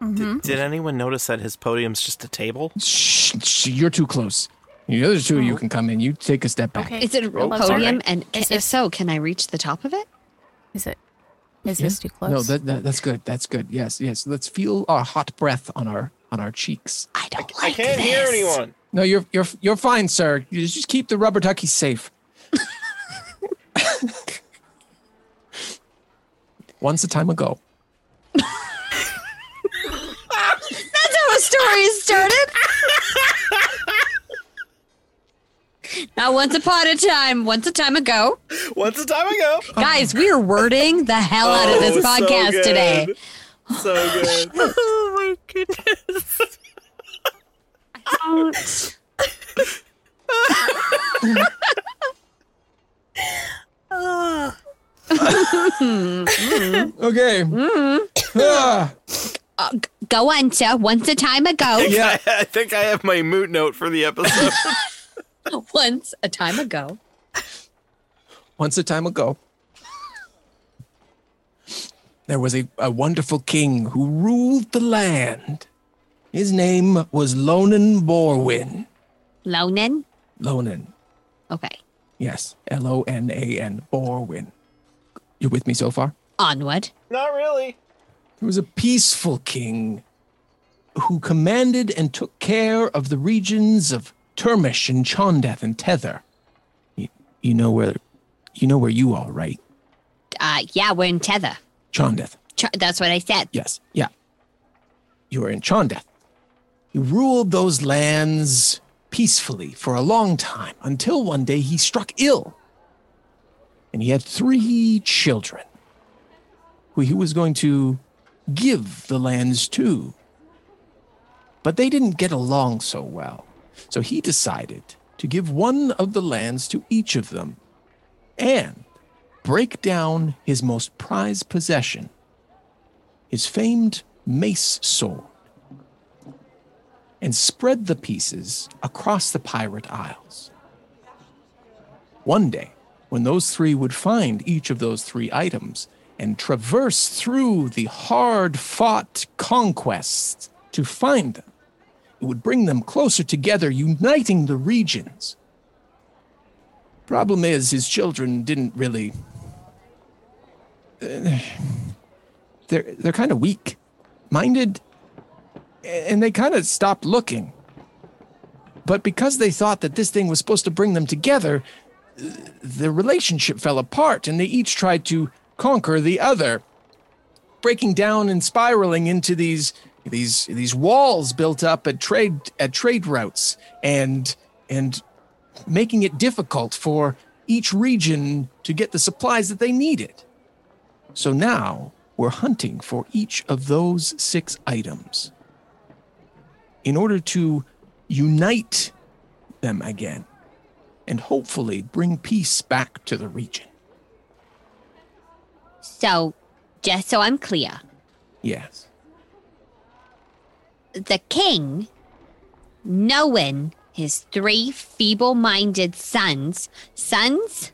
Speaker 3: Mm-hmm.
Speaker 6: Did, did anyone notice that his podium's just a table?
Speaker 5: Shh, shh, you're too close. The other two, of you can come in. You take a step back.
Speaker 3: Oh. Okay.
Speaker 4: Is it a
Speaker 5: Oh,
Speaker 4: real
Speaker 3: Hello, sorry.
Speaker 4: podium? And ca-
Speaker 3: Is
Speaker 4: if
Speaker 3: this-
Speaker 4: so, can I reach the top of it?
Speaker 3: Is it? Is
Speaker 5: Yeah.
Speaker 3: this too close?
Speaker 5: No, that, that that's good. That's good. Yes, yes. Let's feel our hot breath on our on our cheeks.
Speaker 4: I don't like this.
Speaker 5: No, you're you're you're fine, sir. You just keep the rubber ducky safe. Once a time ago.
Speaker 4: That's how a story started. Now, once upon a time, once a time ago,
Speaker 6: Once a time ago.
Speaker 4: guys, we are wording the hell out
Speaker 6: Oh, (laughs)
Speaker 4: of this podcast today.
Speaker 5: (laughs)
Speaker 6: So good.
Speaker 3: oh my goodness.
Speaker 8: Don't.
Speaker 5: Okay. Ah,
Speaker 4: Uh, g- go on, sir. Once a
Speaker 5: (laughs)
Speaker 4: time ago.
Speaker 6: Yeah, (laughs) I think I have my moot note for
Speaker 4: (laughs)
Speaker 6: the episode.
Speaker 4: Once a time ago.
Speaker 5: once a time ago, there was a, a wonderful king who ruled the land. His name was Lonan Borwin.
Speaker 4: Lonan.
Speaker 5: Lonan.
Speaker 4: Okay.
Speaker 5: Yes. L O N A N. Borwin. You with me so far?
Speaker 4: Onward.
Speaker 6: Not really.
Speaker 5: He was a peaceful king who commanded and took care of the regions of Turmish and Chondath and Tether. You, you know where you know where you are, right?
Speaker 4: Uh, yeah, we're in Tether.
Speaker 5: Chondath.
Speaker 4: Ch- that's what I said.
Speaker 5: Yes. Yeah. You were in Chondath. He ruled those lands peacefully for a long time until one day he struck ill. And he had three children who he was going to give the lands to. But they didn't get along so well. So he decided to give one of the lands to each of them and break down his most prized possession, his famed mace sword and spread the pieces across the pirate isles. One day, when those three would find each of those three items and traverse through the hard fought conquests to find them, it would bring them closer together, uniting the regions. Problem is, his children didn't really. uh, They're, they're kind of weak minded and they kind of stopped looking. But because they thought that this thing was supposed to bring them together, th- the relationship fell apart and they each tried to conquer the other, breaking down and spiraling into these these these walls built up at trade at trade routes and and making it difficult for each region to get the supplies that they needed. So now we're hunting for each of those six items in order to unite them again and hopefully bring peace back to the region.
Speaker 4: So, just so I'm clear,
Speaker 5: Yes.
Speaker 4: the king, knowing his three feeble minded sons, sons,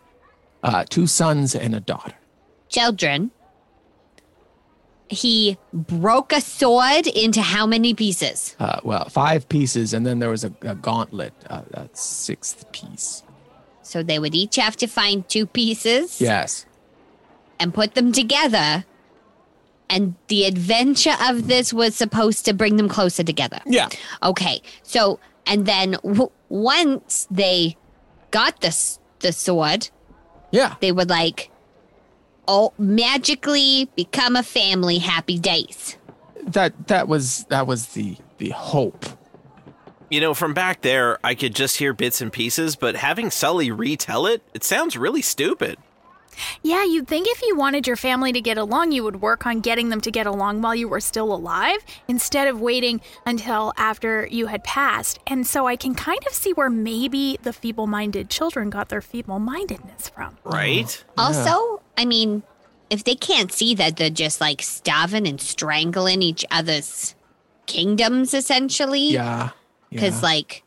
Speaker 5: Uh, two sons and a daughter.
Speaker 4: children, he broke a sword into how many pieces?
Speaker 5: Uh, well, five pieces, and then there was a, a gauntlet, uh, a sixth piece.
Speaker 4: So they would each have to find two pieces
Speaker 5: Yes.
Speaker 4: and put them together. And the adventure of this was supposed to bring them closer together.
Speaker 5: Yeah.
Speaker 4: Okay. So, and then w- once they got the s- the sword,
Speaker 5: Yeah.
Speaker 4: they would like all magically become a family. Happy days.
Speaker 5: That that was that was the the hope.
Speaker 6: You know, from back there, I could just hear bits and pieces, but having Sully retell it, it sounds really stupid.
Speaker 3: Yeah, you'd think if you wanted your family to get along, you would work on getting them to get along while you were still alive instead of waiting until after you had passed. And so I can kind of see where maybe the feeble minded children got their feeble mindedness from.
Speaker 6: Right?
Speaker 4: Also, I mean, if they can't see that they're just like starving and strangling each other's kingdoms, essentially.
Speaker 5: Yeah.
Speaker 4: Because,
Speaker 5: yeah.
Speaker 4: like,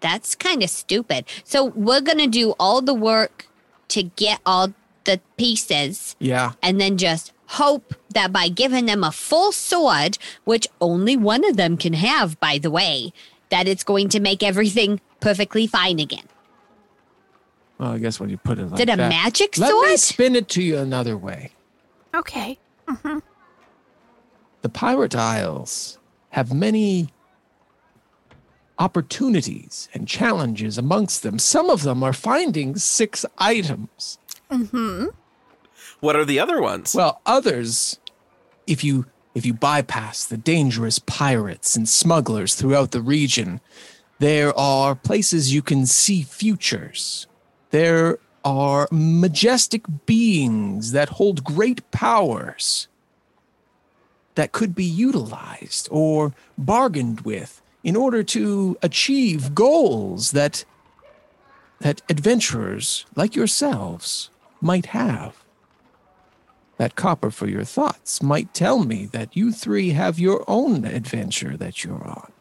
Speaker 4: that's kind of stupid. So, we're going to do all the work to get all the pieces
Speaker 5: yeah.
Speaker 4: and then just hope that by giving them a full sword, which only one of them can have, by the way, that it's going to make everything perfectly fine again.
Speaker 5: Well, I guess when you put it like
Speaker 4: Did a
Speaker 5: that.
Speaker 4: magic
Speaker 5: Let me
Speaker 4: sword?
Speaker 5: spin it to you another way.
Speaker 3: Okay. Mm-hmm.
Speaker 5: the Pirate Isles have many opportunities and challenges amongst them. Some of them are finding six items,
Speaker 6: What are the other ones?
Speaker 5: while others, if you if you bypass the dangerous pirates and smugglers throughout the region, there are places you can see futures. There are majestic beings that hold great powers that could be utilized or bargained with in order to achieve goals that that adventurers like yourselves might have. That copper for your thoughts might tell me that you three have your own adventure that you're on.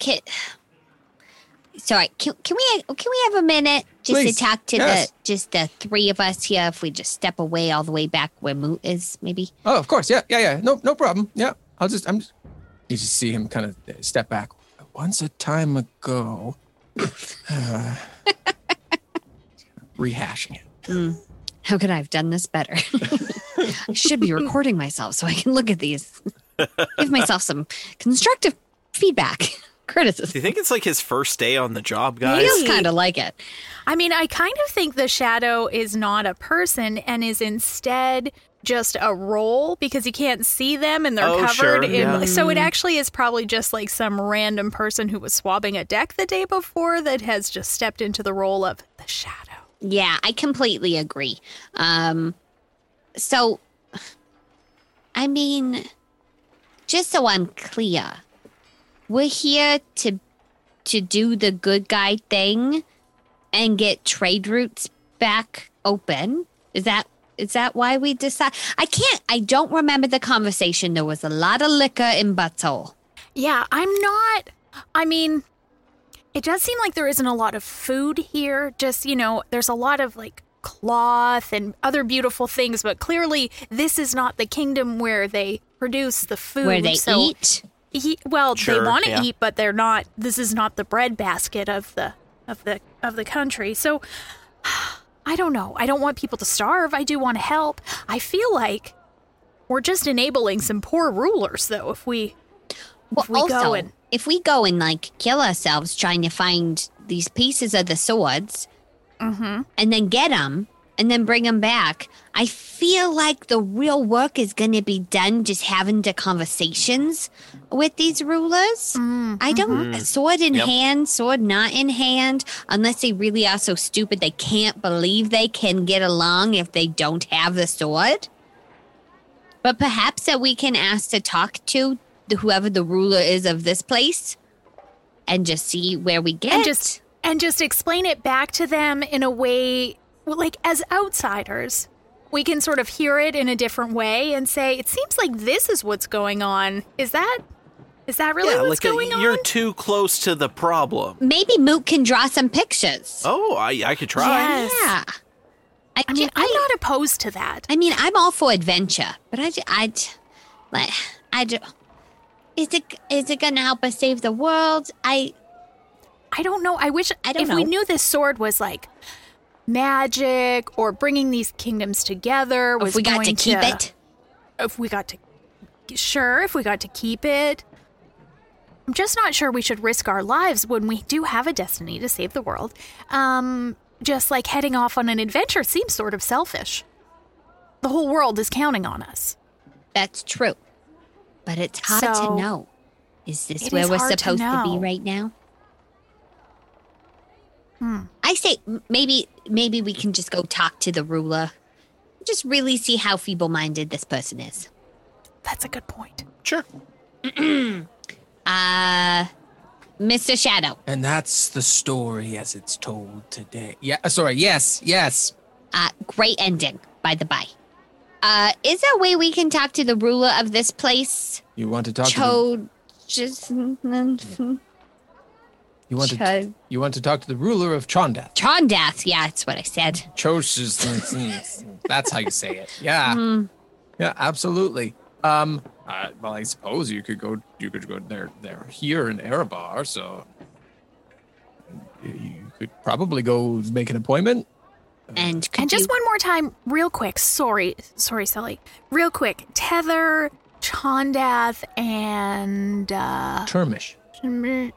Speaker 4: Can, sorry, can, can we can we have a minute just
Speaker 5: Please,
Speaker 4: to talk to
Speaker 5: yes.
Speaker 4: the just the three of us here? If we just step away all the way back where Moot is, maybe.
Speaker 5: Oh, of course. Yeah, yeah, yeah. No, no problem. Yeah, I'll just. I'm. Just, you just see him kind of step back. (sighs) Once a time ago. Uh, rehashing it.
Speaker 4: Hmm. How could I have done this better? (laughs) I should be recording myself so I can look at these, give myself some constructive feedback,
Speaker 6: (laughs)
Speaker 4: (laughs)
Speaker 6: Do
Speaker 4: criticism.
Speaker 6: you think it's like his first day on the job, guys?
Speaker 4: Feels kind of like it.
Speaker 3: I mean, I kind of think the shadow is not a person and is instead just a roll because you can't see them and they're
Speaker 6: Oh, sure,
Speaker 3: covered in
Speaker 6: yeah.
Speaker 3: so
Speaker 4: Mm.
Speaker 3: it actually is probably just like some random person who was swabbing a deck the day before that has just stepped into the role of the shadow.
Speaker 4: Yeah, I completely agree. Um, so, I mean, just so I'm clear, we're here to to do the good guy thing and get trade routes back open. Is that is that why we decide? I can't. I don't remember the conversation. There was a lot of liquor in Butthole.
Speaker 3: Yeah, I'm not. I mean, it does seem like there isn't a lot of food here. Just, you know, there's a lot of like cloth and other beautiful things, but clearly this is not the kingdom where they produce the food.
Speaker 4: Where they
Speaker 3: so
Speaker 4: eat?
Speaker 3: He, well,
Speaker 6: Sure,
Speaker 3: they want to
Speaker 6: yeah.
Speaker 3: eat, but they're not. This is not the breadbasket of the of the of the country. So (sighs) I don't know. I don't want people to starve. I do want to help. I feel like we're just enabling some poor rulers, though. If we
Speaker 4: Well,
Speaker 3: if we
Speaker 4: also,
Speaker 3: go and
Speaker 4: if we go and like kill ourselves trying to find these pieces of the swords
Speaker 9: Mm-hmm.
Speaker 3: Mm-hmm.
Speaker 4: and then get them and then bring them back, I feel like the real work is going to be done just having the conversations with these rulers.
Speaker 3: Mm,
Speaker 4: I
Speaker 3: mm-hmm.
Speaker 4: don't, sword in
Speaker 6: Yep.
Speaker 4: hand, sword not in hand, unless they really are so stupid they can't believe they can get along if they don't have the sword. But perhaps that we can ask to talk to the, whoever the ruler is of this place and just see where we get.
Speaker 3: and just and just explain it back to them in a way well, like as outsiders we can sort of hear it in a different way and say it seems like this is what's going on is that is that really
Speaker 6: yeah,
Speaker 3: what's
Speaker 6: like uh,
Speaker 3: going
Speaker 6: you're
Speaker 3: on
Speaker 6: too close to the problem.
Speaker 4: Maybe Moot can draw some pictures.
Speaker 6: Oh, I I could try.
Speaker 3: Yes.
Speaker 4: Yeah. I,
Speaker 3: i mean
Speaker 4: ju-
Speaker 3: i'm not opposed to that
Speaker 4: I mean, I'm all for adventure, but I, ju- I, ju- like, I, ju- is it is it gonna help us save the world? I
Speaker 3: i don't know i wish
Speaker 4: I don't
Speaker 3: if we
Speaker 4: know.
Speaker 3: knew this sword was like magic or bringing these kingdoms together was
Speaker 4: if we got to
Speaker 3: going
Speaker 4: keep it.
Speaker 3: if we got to sure if we got to keep it i'm just not sure we should risk our lives when we do have a destiny to save the world um just like heading off on an adventure seems sort of selfish the whole world is counting on us
Speaker 4: That's true, but it's hard
Speaker 3: So-
Speaker 4: to know. Is this
Speaker 3: It
Speaker 4: where
Speaker 3: is
Speaker 4: we're
Speaker 3: hard to
Speaker 4: supposed to, be
Speaker 3: know.
Speaker 4: right now?
Speaker 3: Hmm.
Speaker 4: I say m- maybe maybe we can just go talk to the ruler, just really see how feeble-minded this person is.
Speaker 3: that's a good point
Speaker 6: Sure.
Speaker 4: (clears throat) Uh, Mr. Shadow.
Speaker 5: And that's the story as it's told today. Yeah, uh, sorry. Yes, yes.
Speaker 4: Uh, great ending, by the by. Uh, is there a way we can talk to the ruler of this place?
Speaker 5: You want to talk? To
Speaker 4: Cho. Just.
Speaker 5: the, you want to.
Speaker 4: Cho-
Speaker 5: You want to talk to the ruler of Chondath.
Speaker 4: Chondath. Yeah, that's what I said. (laughs)
Speaker 5: Chosis. That's how you say it. Yeah.
Speaker 4: Mm-hmm.
Speaker 5: Yeah, absolutely. Um uh, well I suppose you could go you could go there there here in Erebar, so you could probably go make an appointment.
Speaker 4: And could
Speaker 3: and just
Speaker 4: you-
Speaker 3: one more time real quick sorry sorry sally real quick tether chondath and uh
Speaker 5: Termish.
Speaker 3: Shermish.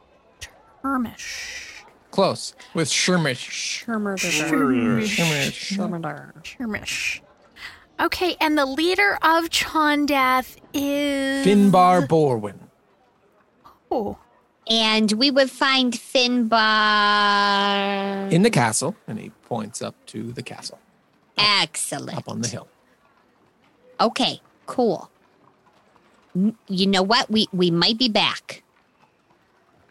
Speaker 5: Close. With Shermish. Shermish.
Speaker 3: Shermish. Okay, and the leader of Chondath is
Speaker 5: Finbar Borwin.
Speaker 3: Oh,
Speaker 4: and we would find Finbar.
Speaker 5: In the castle. And he points up to the castle.
Speaker 4: Excellent.
Speaker 5: Up on the hill.
Speaker 4: Okay, cool. you know what? We we might be back.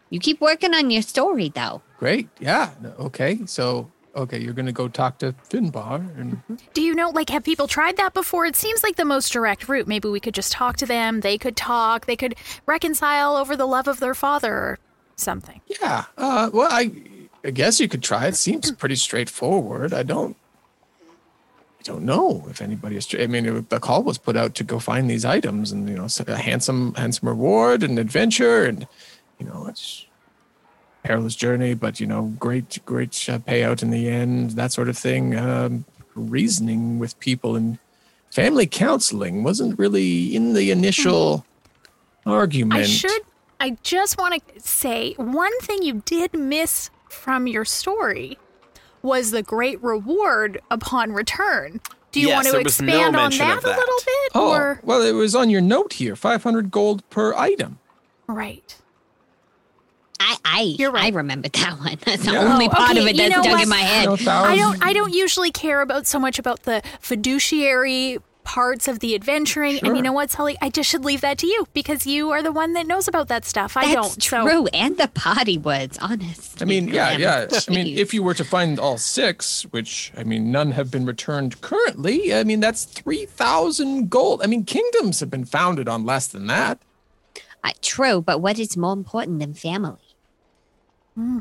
Speaker 4: You keep working on your story though.
Speaker 5: Great. Yeah. No, Okay. So, okay, you're going to go talk to Finbar and
Speaker 3: Do you know, like, have people tried that before? It seems like the most direct route. Maybe we could just talk to them. They could talk. They could reconcile over the love of their father or something.
Speaker 5: yeah. Uh, well, I, I guess you could try. It seems pretty straightforward. I don't, I don't know if anybody is. I mean, it- the call was put out to go find these items, and you know, it's a handsome, handsome reward and adventure, and you know, it's perilous journey, but you know, great, great uh, payout in the end, that sort of thing. Um, reasoning with people and family counseling wasn't really in the initial argument.
Speaker 3: Hmm. I should. I just want to say one thing you did miss from your story was the great reward upon return. Do you
Speaker 6: Yes,
Speaker 3: want to
Speaker 6: there was no
Speaker 3: expand on
Speaker 6: mention
Speaker 3: that,
Speaker 6: of
Speaker 3: a
Speaker 6: that.
Speaker 3: little bit?
Speaker 5: Oh,
Speaker 3: Or
Speaker 5: well, it was on your note here 500 gold per item.
Speaker 3: right.
Speaker 4: I I
Speaker 3: You're right.
Speaker 4: I remember that one. (laughs) That's the
Speaker 5: Yeah.
Speaker 4: only
Speaker 3: Oh,
Speaker 4: part
Speaker 3: okay,
Speaker 4: of it
Speaker 3: you
Speaker 4: that's
Speaker 3: know
Speaker 4: stuck
Speaker 3: what?
Speaker 4: in my head.
Speaker 5: No
Speaker 3: I
Speaker 5: thousand.
Speaker 3: don't I don't usually care about so much about the fiduciary parts of the adventuring. And
Speaker 5: Sure.
Speaker 3: you know what, Sully? I just should leave that to you because you are the one that knows about that stuff. I
Speaker 4: That's
Speaker 3: don't. So
Speaker 4: true. And the potty words, honest.
Speaker 5: I mean, yeah, yeah. I
Speaker 4: (laughs)
Speaker 5: mean, if you were to find all six, which, I mean, none have been returned currently, I mean, that's 3,000 gold. I mean, kingdoms have been founded on less than that.
Speaker 4: uh, true, but what is more important than family?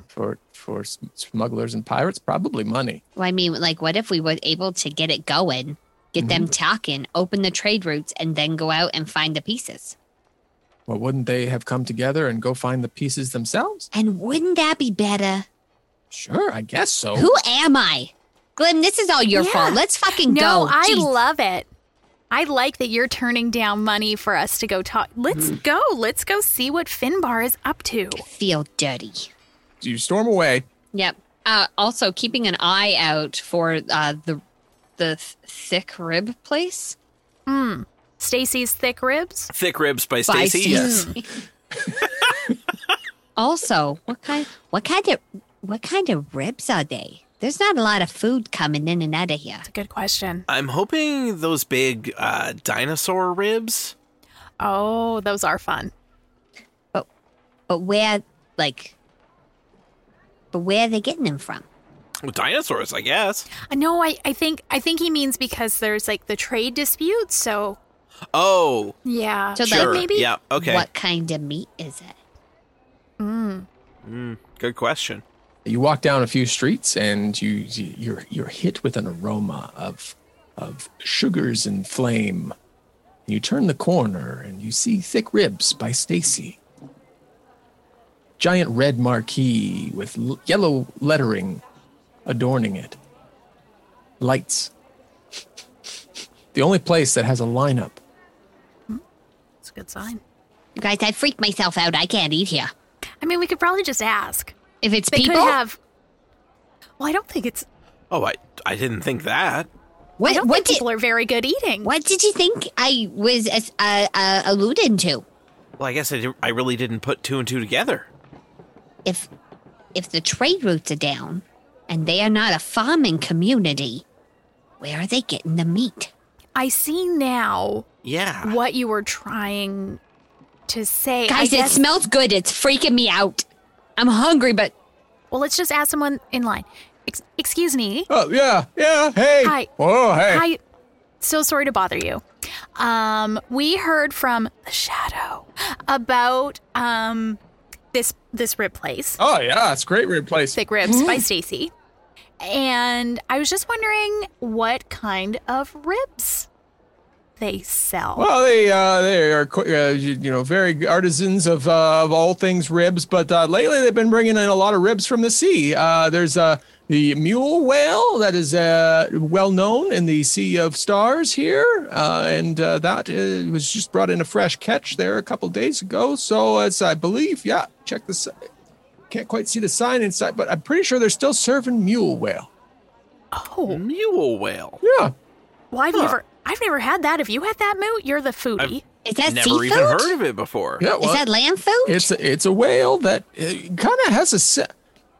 Speaker 5: For, for s- smugglers and pirates, probably money.
Speaker 4: Well, I mean, like, what if we were able to get it going, get them
Speaker 5: Mm-hmm.
Speaker 4: talking, open the trade routes, and then go out and find the pieces?
Speaker 5: Well, wouldn't they have come together and go find the pieces themselves?
Speaker 4: And wouldn't that be better?
Speaker 5: Sure, I guess so.
Speaker 4: Who am I? Glenn, this is all your
Speaker 3: Yeah.
Speaker 4: fault. Let's fucking
Speaker 3: No,
Speaker 4: go.
Speaker 3: I
Speaker 4: Jeez.
Speaker 3: love it. I like that you're turning down money for us to go talk. Let's
Speaker 4: Mm.
Speaker 3: go. Let's go see what Finbar is up to.
Speaker 4: feel dirty.
Speaker 5: You storm away.
Speaker 4: Yep. Uh, also, keeping an eye out for uh, the the th- thick rib place. Hmm.
Speaker 3: Stacy's thick ribs.
Speaker 6: Thick ribs by
Speaker 4: By
Speaker 6: Stacy. Yes.
Speaker 4: Stacey. also, what kind what kind of what kind of ribs are they? There's not a lot of food coming in and out of here.
Speaker 3: It's a good question.
Speaker 6: I'm hoping those big uh, dinosaur ribs.
Speaker 3: Oh, those are fun.
Speaker 4: But where, like, but where are they getting them from?
Speaker 6: Well, dinosaurs, I guess.
Speaker 3: Uh, No, I, I think I think he means because there's like the trade dispute. So
Speaker 6: Oh,
Speaker 3: yeah,
Speaker 4: So,
Speaker 6: sure.
Speaker 4: like,
Speaker 3: maybe
Speaker 6: Yeah. Okay.
Speaker 4: What kind of meat is it?
Speaker 6: Mm, good question.
Speaker 5: You walk down a few streets and you you're you're hit with an aroma of of sugars and flame. You turn the corner and you see Thick Ribs by Stacy. Giant red marquee with l- yellow lettering adorning it. Lights. (laughs) The only place that has a lineup.
Speaker 3: it's a good sign.
Speaker 4: You guys, I freaked myself out. I can't eat here.
Speaker 3: I mean, we could probably just ask.
Speaker 4: If it's
Speaker 3: They
Speaker 4: people,
Speaker 3: could have. Well, I don't think it's.
Speaker 6: Oh, I I didn't think that.
Speaker 3: I
Speaker 4: what
Speaker 3: don't
Speaker 4: what
Speaker 3: think
Speaker 4: did,
Speaker 3: people are very good eating.
Speaker 4: what did you think I was uh, uh, alluding to?
Speaker 6: Well, I guess I, di- I really didn't put two and two together.
Speaker 4: If if the trade routes are down, and they are not a farming community, where are they getting the meat?
Speaker 3: I see now
Speaker 6: Yeah.
Speaker 3: what you were trying to say. I
Speaker 4: Guys, it
Speaker 3: guess-
Speaker 4: smells good. It's freaking me out. I'm hungry, but
Speaker 3: Well, let's just ask someone in line. Ex- excuse me.
Speaker 5: Oh yeah, yeah. Hey.
Speaker 3: Hi.
Speaker 5: Oh hey.
Speaker 3: Hi. So sorry to bother you. Um, we heard from the shadow about um this this rib place,
Speaker 5: Oh yeah, Mm-hmm. it's a great rib place.
Speaker 3: thick ribs by Stacy, and I was just wondering what kind of ribs they sell.
Speaker 5: Well, they uh, they are qu- uh, you you know very artisans of uh, of all things ribs, but uh, lately they've been bringing in a lot of ribs from the sea. Uh, there's uh, the mule whale that is uh, well known in the Sea of Stars here, uh, and uh, that uh, was just brought in a fresh catch there a couple days ago. So it's I believe, yeah, check this. Can't quite see the sign inside, but I'm pretty sure they're still serving mule whale.
Speaker 3: Oh,
Speaker 6: Mule whale.
Speaker 5: Yeah.
Speaker 3: well, I've never I've never had that. Have you had that, Moot? You're the foodie.
Speaker 4: is that
Speaker 6: Never
Speaker 4: seafood?
Speaker 6: even heard of it before.
Speaker 5: Yeah.
Speaker 4: Is
Speaker 5: well-
Speaker 4: that lamb food?
Speaker 5: It's a, it's a whale that kind of has a se-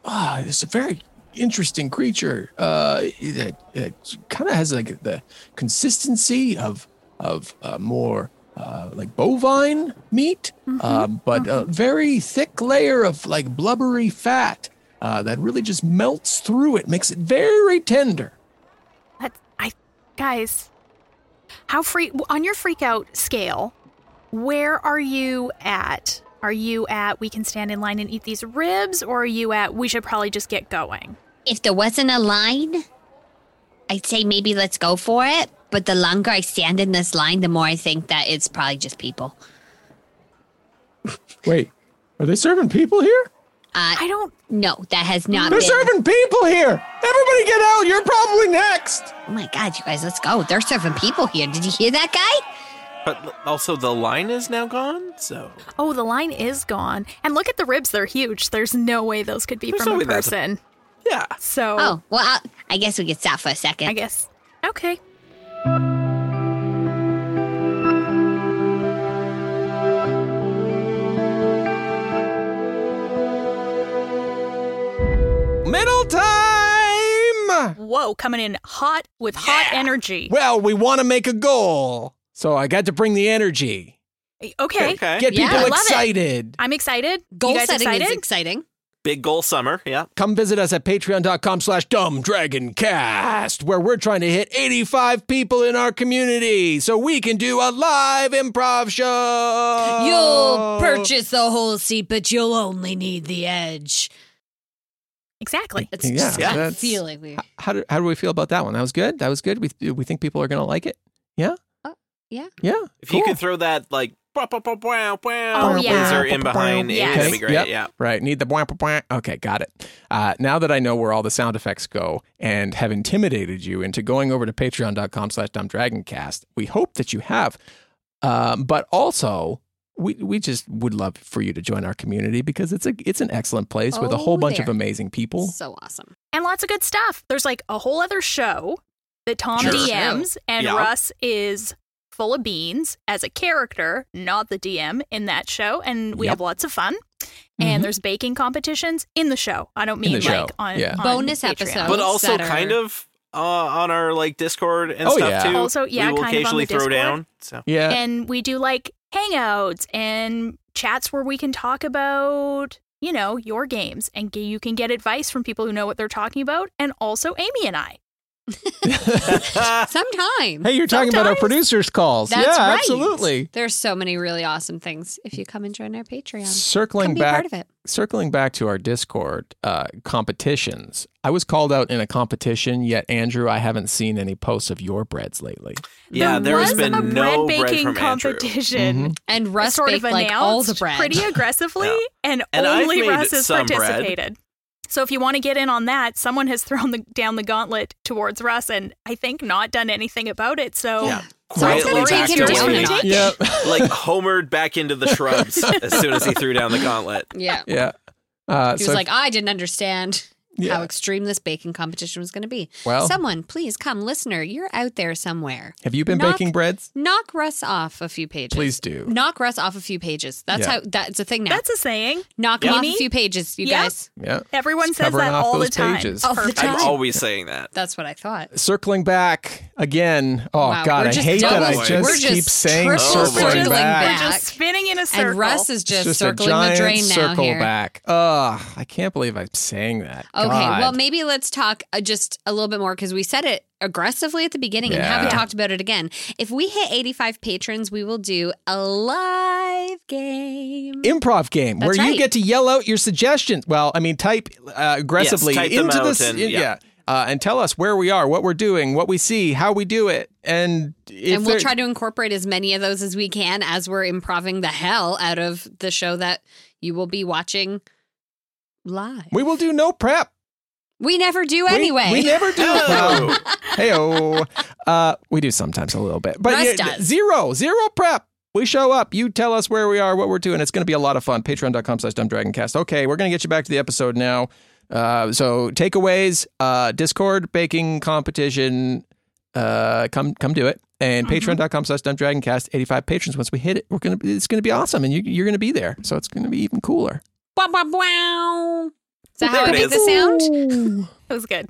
Speaker 5: ah, it's a very interesting creature. Uh, that kind of has like the consistency of of uh, more uh, like bovine meat,
Speaker 4: Mm-hmm.
Speaker 5: uh, but a very thick layer of like blubbery fat uh, that really just melts through it, makes it very tender.
Speaker 3: That's, I, guys, how free on your freak out scale? Where are you at? Are you at we can stand in line and eat these ribs, or are you at we should probably just get going?
Speaker 4: If there wasn't a line, I'd say maybe let's go for it. But the longer I stand in this line, the more I think that it's probably just people.
Speaker 5: Wait, are they serving people here?
Speaker 3: I don't.
Speaker 4: Uh, No, that has not
Speaker 5: They're
Speaker 4: been.
Speaker 5: serving people here! Everybody get out! You're probably next!
Speaker 4: Oh my God, you guys, let's go. They're serving people here. Did you hear that guy?
Speaker 6: But l- also, the line is now gone, so
Speaker 3: Oh, the line is gone. And look at the ribs; they're huge. There's no way those could be
Speaker 6: There's
Speaker 3: from
Speaker 6: no
Speaker 3: a
Speaker 6: way that's a-
Speaker 3: person.
Speaker 6: yeah.
Speaker 3: so,
Speaker 4: Oh, well, i I guess we could stop for a second.
Speaker 3: I guess. Okay.
Speaker 5: Middle time!
Speaker 3: Whoa, coming in hot with hot energy.
Speaker 5: Well, we want to make a goal. So I got to bring the energy.
Speaker 3: Okay.
Speaker 6: Okay.
Speaker 5: Get
Speaker 3: Yeah,
Speaker 5: people
Speaker 3: I love it.
Speaker 5: excited.
Speaker 3: I'm excited.
Speaker 4: Goal
Speaker 3: you guys
Speaker 4: setting
Speaker 3: excited?
Speaker 4: is exciting.
Speaker 6: Big goal summer. Yeah.
Speaker 5: Come visit us at patreon.com slash dumbdragoncast, where we're trying to hit 85 people in our community so we can do a live improv show.
Speaker 4: (laughs)
Speaker 5: Oh.
Speaker 4: You'll purchase the whole seat, but you'll only need the edge.
Speaker 3: exactly.
Speaker 4: It's
Speaker 5: Yeah,
Speaker 4: just
Speaker 6: yeah,
Speaker 4: got a
Speaker 5: that's-
Speaker 4: feeling weird.
Speaker 5: H- How do, how do we feel about that one? That was good. That was good. We, we think people are going to like it. Yeah.
Speaker 4: Oh, yeah.
Speaker 5: Yeah.
Speaker 6: If you
Speaker 5: Cool.
Speaker 6: could throw that like wow, wow, wow,
Speaker 3: Oh,
Speaker 6: wow,
Speaker 3: yeah.
Speaker 6: laser in behind,
Speaker 3: Yes.
Speaker 6: it, that'd be
Speaker 5: Okay,
Speaker 6: great.
Speaker 5: yep.
Speaker 6: Yeah.
Speaker 5: Right. Need the blah, blah, blah. Okay, got it. Uh, now that I know where all the sound effects go and have intimidated you into going over to patreon.com slash dumbdragoncast, we hope that you have. Um, but also, we, we just would love for you to join our community because it's a it's an excellent place with a
Speaker 4: Oh,
Speaker 5: whole bunch of
Speaker 4: there.
Speaker 5: amazing people.
Speaker 4: So awesome.
Speaker 3: And lots of good stuff. There's like a whole other show that Tom
Speaker 6: Sure.
Speaker 3: DMs and
Speaker 6: Yeah.
Speaker 3: Russ is full of beans as a character, not the DM in that show. And we
Speaker 5: Yep. Mm-hmm.
Speaker 3: have lots of fun. And there's baking competitions in the show. I don't
Speaker 5: In
Speaker 3: mean
Speaker 5: the
Speaker 3: like
Speaker 5: show,
Speaker 3: on,
Speaker 5: yeah.
Speaker 3: on
Speaker 4: Bonus
Speaker 3: Patreon.
Speaker 4: episode.
Speaker 6: But also
Speaker 4: Set her-
Speaker 6: kind of uh, on our like Discord and
Speaker 5: Oh,
Speaker 6: stuff
Speaker 5: yeah.
Speaker 6: too.
Speaker 3: Also, yeah,
Speaker 6: we will
Speaker 3: kind of on the
Speaker 6: occasionally throw
Speaker 3: Discord.
Speaker 6: down. So
Speaker 5: Yeah.
Speaker 3: And we do like hangouts and chats where we can talk about, you know, your games and g- you can get advice from people who know what they're talking about and also Amy and I.
Speaker 4: Sometime.
Speaker 5: hey, you're talking about our producers' calls.
Speaker 4: That's
Speaker 5: yeah,
Speaker 4: right.
Speaker 5: absolutely.
Speaker 4: There's so many really awesome things if you come and join our Patreon.
Speaker 5: Circling
Speaker 4: Come be
Speaker 5: back
Speaker 4: part of it.
Speaker 5: circling back to our Discord uh, competitions, I was called out in a competition. Yet Andrew, I haven't seen any posts of your breads lately.
Speaker 6: yeah, there has
Speaker 3: was
Speaker 6: been
Speaker 3: a bread
Speaker 6: no
Speaker 3: baking
Speaker 6: from Andrew.
Speaker 3: competition.
Speaker 6: Mm-hmm.
Speaker 4: And Russ
Speaker 3: sort of
Speaker 4: baked like all the
Speaker 3: announced
Speaker 4: bread.
Speaker 3: pretty aggressively, and,
Speaker 6: And I've
Speaker 3: only
Speaker 6: made
Speaker 3: Russ has
Speaker 6: some bread.
Speaker 3: participated. So if you want to get in on that, someone has thrown the, down the gauntlet towards Russ, and I think not done anything about it. So
Speaker 6: Yeah,
Speaker 4: Someone's
Speaker 6: quietly
Speaker 4: Oh, gonna
Speaker 6: backed
Speaker 4: take him down
Speaker 6: away.
Speaker 4: a notch.
Speaker 5: Yeah,
Speaker 6: (laughs) like homered back into the
Speaker 4: (laughs)
Speaker 6: shrubs as soon as he threw down the gauntlet.
Speaker 4: Yeah.
Speaker 5: yeah. Uh,
Speaker 4: He was
Speaker 5: so-
Speaker 4: like, I didn't understand
Speaker 5: Yeah.
Speaker 4: how extreme this baking competition was going to be.
Speaker 5: Well-
Speaker 4: Someone, please come, listener. You're out there somewhere.
Speaker 5: have you been
Speaker 4: knock-
Speaker 5: baking breads?
Speaker 4: Knock Russ off a few pages.
Speaker 5: Please do.
Speaker 4: Knock Russ off a few pages. That's
Speaker 5: Yeah.
Speaker 4: how. That's a thing now.
Speaker 3: that's a saying.
Speaker 4: knock him off a
Speaker 3: Mimi?
Speaker 4: few pages, you
Speaker 3: Yeah.
Speaker 4: guys.
Speaker 5: Yeah.
Speaker 3: Everyone
Speaker 5: It's
Speaker 3: says
Speaker 5: covering
Speaker 3: that
Speaker 5: off
Speaker 3: all the
Speaker 5: those
Speaker 3: time.
Speaker 5: pages.
Speaker 4: All the
Speaker 3: Perfect.
Speaker 6: I'm
Speaker 4: time.
Speaker 6: always saying that.
Speaker 4: That's what I thought.
Speaker 5: Circling back again. Oh
Speaker 4: Wow,
Speaker 5: God,
Speaker 4: we're
Speaker 5: I
Speaker 4: just
Speaker 5: hate that. I
Speaker 6: double-
Speaker 5: just,
Speaker 6: we're
Speaker 4: just
Speaker 5: keep saying
Speaker 4: triple
Speaker 6: Oh,
Speaker 5: circling
Speaker 6: circling
Speaker 5: back.
Speaker 3: We're just spinning in a circle.
Speaker 4: And Russ is just,
Speaker 5: It's just
Speaker 4: circling
Speaker 5: a giant
Speaker 4: the drain now
Speaker 5: circle
Speaker 4: here.
Speaker 5: back. Ugh, I can't believe I'm saying that.
Speaker 4: Okay,
Speaker 5: God.
Speaker 4: well, maybe let's talk uh, just a little bit more because we said it aggressively at the beginning and
Speaker 5: Yeah.
Speaker 4: haven't talked about it again. If we hit 85 patrons, we will do a live game.
Speaker 5: improv game
Speaker 4: That's
Speaker 5: where you
Speaker 4: right.
Speaker 5: get to yell out your suggestions. Well, I mean, type uh, aggressively
Speaker 6: Yes, type them
Speaker 5: into
Speaker 6: out
Speaker 5: this,
Speaker 6: and-
Speaker 5: yeah,
Speaker 6: yeah.
Speaker 5: Uh, and tell us where we are, what we're doing, what we see, how we do it, and if
Speaker 4: and we'll
Speaker 5: there-
Speaker 4: try to incorporate as many of those as we can as we're improving the hell out of the show that you will be watching live.
Speaker 5: we will do no prep
Speaker 4: We never do
Speaker 5: We-
Speaker 4: anyway.
Speaker 5: We, never (laughs)
Speaker 4: (laughs)
Speaker 5: do.
Speaker 6: No.
Speaker 5: hey oh, uh, we do sometimes a little bit, but
Speaker 4: Russ
Speaker 5: yeah,
Speaker 4: does.
Speaker 5: zero zero prep. We show up. You tell us where we are, what we're doing. It's going to be a lot of fun. Patreon.com slash dumbdragoncast. Okay, we're going to get you back to the episode now. Uh, so takeaways, uh, Discord, baking competition, uh, come come do it. And
Speaker 4: Mm-hmm.
Speaker 5: patreon.com slash dumbdragoncast, 85 patrons. Once we hit it, we're gonna it's gonna be awesome and you, you're gonna be there. So it's gonna be even cooler.
Speaker 4: Wow, wow, wow. Is that
Speaker 6: There
Speaker 4: how I
Speaker 6: it
Speaker 4: make
Speaker 6: is.
Speaker 4: the sound?
Speaker 3: It was good.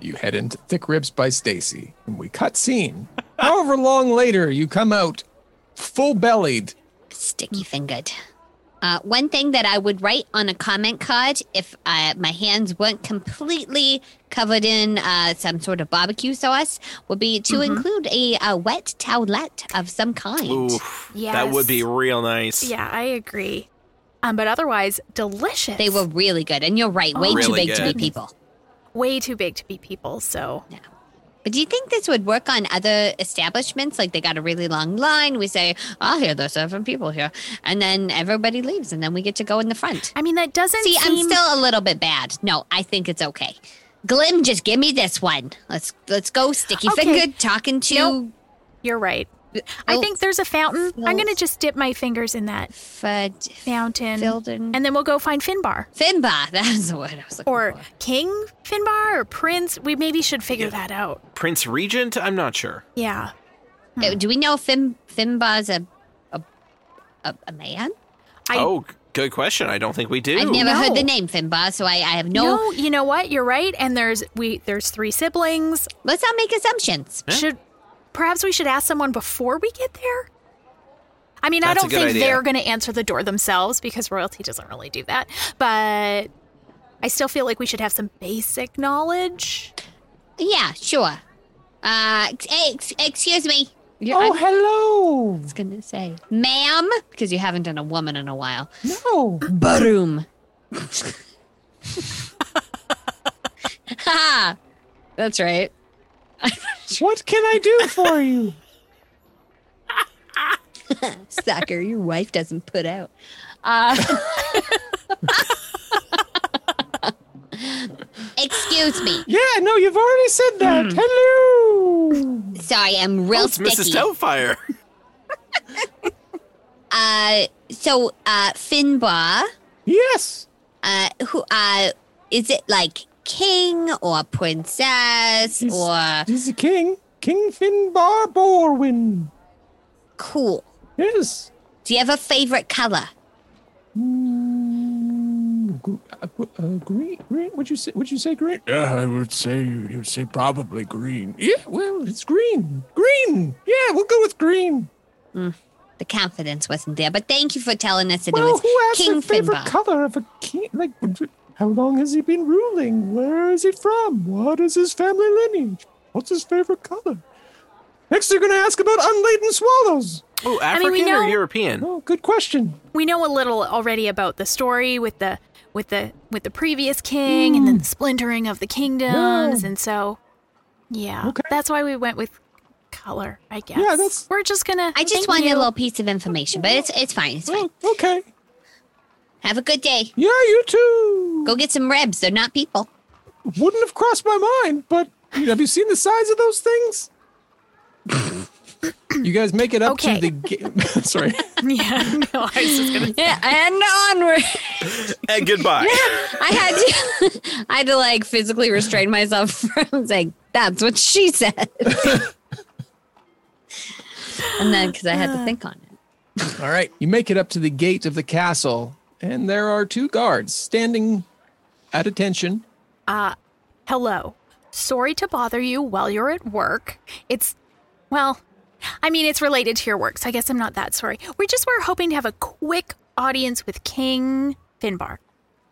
Speaker 5: You head (laughs) into Thick Ribs by Stacy, and we cut scene. However long later you come out full bellied.
Speaker 4: Sticky fingered. Uh, one thing that I would write on a comment card if uh, my hands weren't completely covered in uh, some sort of barbecue sauce would be to
Speaker 6: Mm-hmm.
Speaker 4: include a, uh wet towelette of some kind.
Speaker 6: Ooh, that would be real nice.
Speaker 3: Yeah, I agree. Um, but otherwise, delicious. Oh
Speaker 4: They were really good. And you're right, way too
Speaker 6: Really
Speaker 4: big to
Speaker 6: good.
Speaker 4: be people.
Speaker 3: way too big to be people. So
Speaker 4: But do you think this would work on other establishments? Like they got a really long line. We say, oh, here, there's seven people here. And then everybody leaves, and then we get to go in the front.
Speaker 3: I mean, that doesn't
Speaker 4: See,
Speaker 3: seem.
Speaker 4: I'm still a little bit bad. No, I think it's okay. Glim, just give me this one. Let's let's go sticky
Speaker 3: Okay.
Speaker 4: fingered talking to
Speaker 3: Nope. You're right. I
Speaker 4: Oh,
Speaker 3: think there's a fountain. I'm
Speaker 4: filth.
Speaker 3: gonna just dip my fingers in that
Speaker 4: Fud
Speaker 3: fountain,
Speaker 4: Filden.
Speaker 3: and then we'll go find Finbar
Speaker 4: Finbar. (laughs) That's the word I was looking
Speaker 3: or
Speaker 4: for.
Speaker 3: King Finbar or Prince. We maybe should figure that out.
Speaker 6: Prince Regent? I'm not sure.
Speaker 3: Yeah. Hmm.
Speaker 4: Uh, Do we know if Fin Finbar's a a, a a man?
Speaker 3: I
Speaker 6: oh, g- good question. I don't think we do.
Speaker 4: I've never heard the
Speaker 3: No.
Speaker 4: name Finbar, so I, I have no.
Speaker 3: no. you know what? You're right. And there's we there's three siblings.
Speaker 4: Let's not make assumptions.
Speaker 3: Should perhaps we should ask someone before we get there? I mean,
Speaker 6: That's
Speaker 3: I
Speaker 6: a
Speaker 3: don't
Speaker 6: good
Speaker 3: think
Speaker 6: idea.
Speaker 3: they're going to answer the door themselves because royalty doesn't really do that. But I still feel like we should have some basic knowledge.
Speaker 4: Yeah, sure. Uh, ex- ex- excuse me. Yeah,
Speaker 5: Oh,
Speaker 4: I
Speaker 5: hello.
Speaker 4: was gonna say, ma'am, because you haven't done a woman in a while.
Speaker 5: No.
Speaker 4: Baroom. ha! That's right.
Speaker 5: What can I do for you?
Speaker 4: Sucker, your wife (laughs) doesn't put out. Uh, (laughs) excuse me. Hmm.
Speaker 5: Yeah, no, you've already said that. Hello.
Speaker 4: Sorry, I'm real
Speaker 6: Oh, it's Mrs.
Speaker 4: sticky.
Speaker 6: Doubtfire. (laughs)
Speaker 4: Uh, so, uh, Finbar.
Speaker 5: Yes.
Speaker 4: uh who uh is it like king or princess
Speaker 5: He's-
Speaker 4: or
Speaker 5: He's the king. King Finbar Borwin.
Speaker 4: cool
Speaker 5: Yes.
Speaker 4: do you have a favorite color
Speaker 5: Mm, gr- uh, gr- uh, green, green. Would you say? Would you say green? Yeah, I would say you would say probably green. Yeah, well, it's green. Green. Yeah, we'll go with green.
Speaker 4: Hmm. the confidence wasn't there but thank you for telling us that it
Speaker 5: Well,
Speaker 4: was
Speaker 5: who has
Speaker 4: king
Speaker 5: a favorite
Speaker 4: finbar
Speaker 5: color of a king? Like, how long has he been ruling? Where is he from? What is his family lineage? What's his favorite color? Next, you're going to ask about unladen swallows.
Speaker 6: Oh,
Speaker 3: mean,
Speaker 6: African
Speaker 3: we
Speaker 6: or
Speaker 3: know-
Speaker 6: European?
Speaker 5: Oh, good question.
Speaker 3: We know a little already about the story with the with the with the previous king and
Speaker 5: Hmm.
Speaker 3: then the splintering of the kingdoms and so yeah.
Speaker 5: Okay.
Speaker 3: That's why we went with color, I guess.
Speaker 5: that's-
Speaker 3: We're just going to
Speaker 4: i just wanted a little piece of information but it's it's fine it's fine
Speaker 5: Oh, okay.
Speaker 4: have a good day
Speaker 5: Yeah, you too.
Speaker 4: go get some ribs they're not people
Speaker 5: Wouldn't have crossed my mind, but have you seen the size of those
Speaker 3: (laughs)
Speaker 5: things? you guys make it up to
Speaker 3: Okay.
Speaker 5: the. Ga- (laughs) Sorry.
Speaker 3: Yeah. No, I was just
Speaker 4: (laughs)
Speaker 3: going to
Speaker 4: yeah and onward
Speaker 6: And goodbye.
Speaker 4: i had to (laughs) i had to like physically restrain myself (laughs) from saying that's what she said and then because i had to think on it
Speaker 5: All right. You make it up to the gate of the castle, and there are two guards standing at attention.
Speaker 3: Uh, Hello. Sorry to bother you while you're at work. It's, well, I mean, it's related to your work, so I guess I'm not that sorry. We just were hoping to have a quick audience with King Finbar.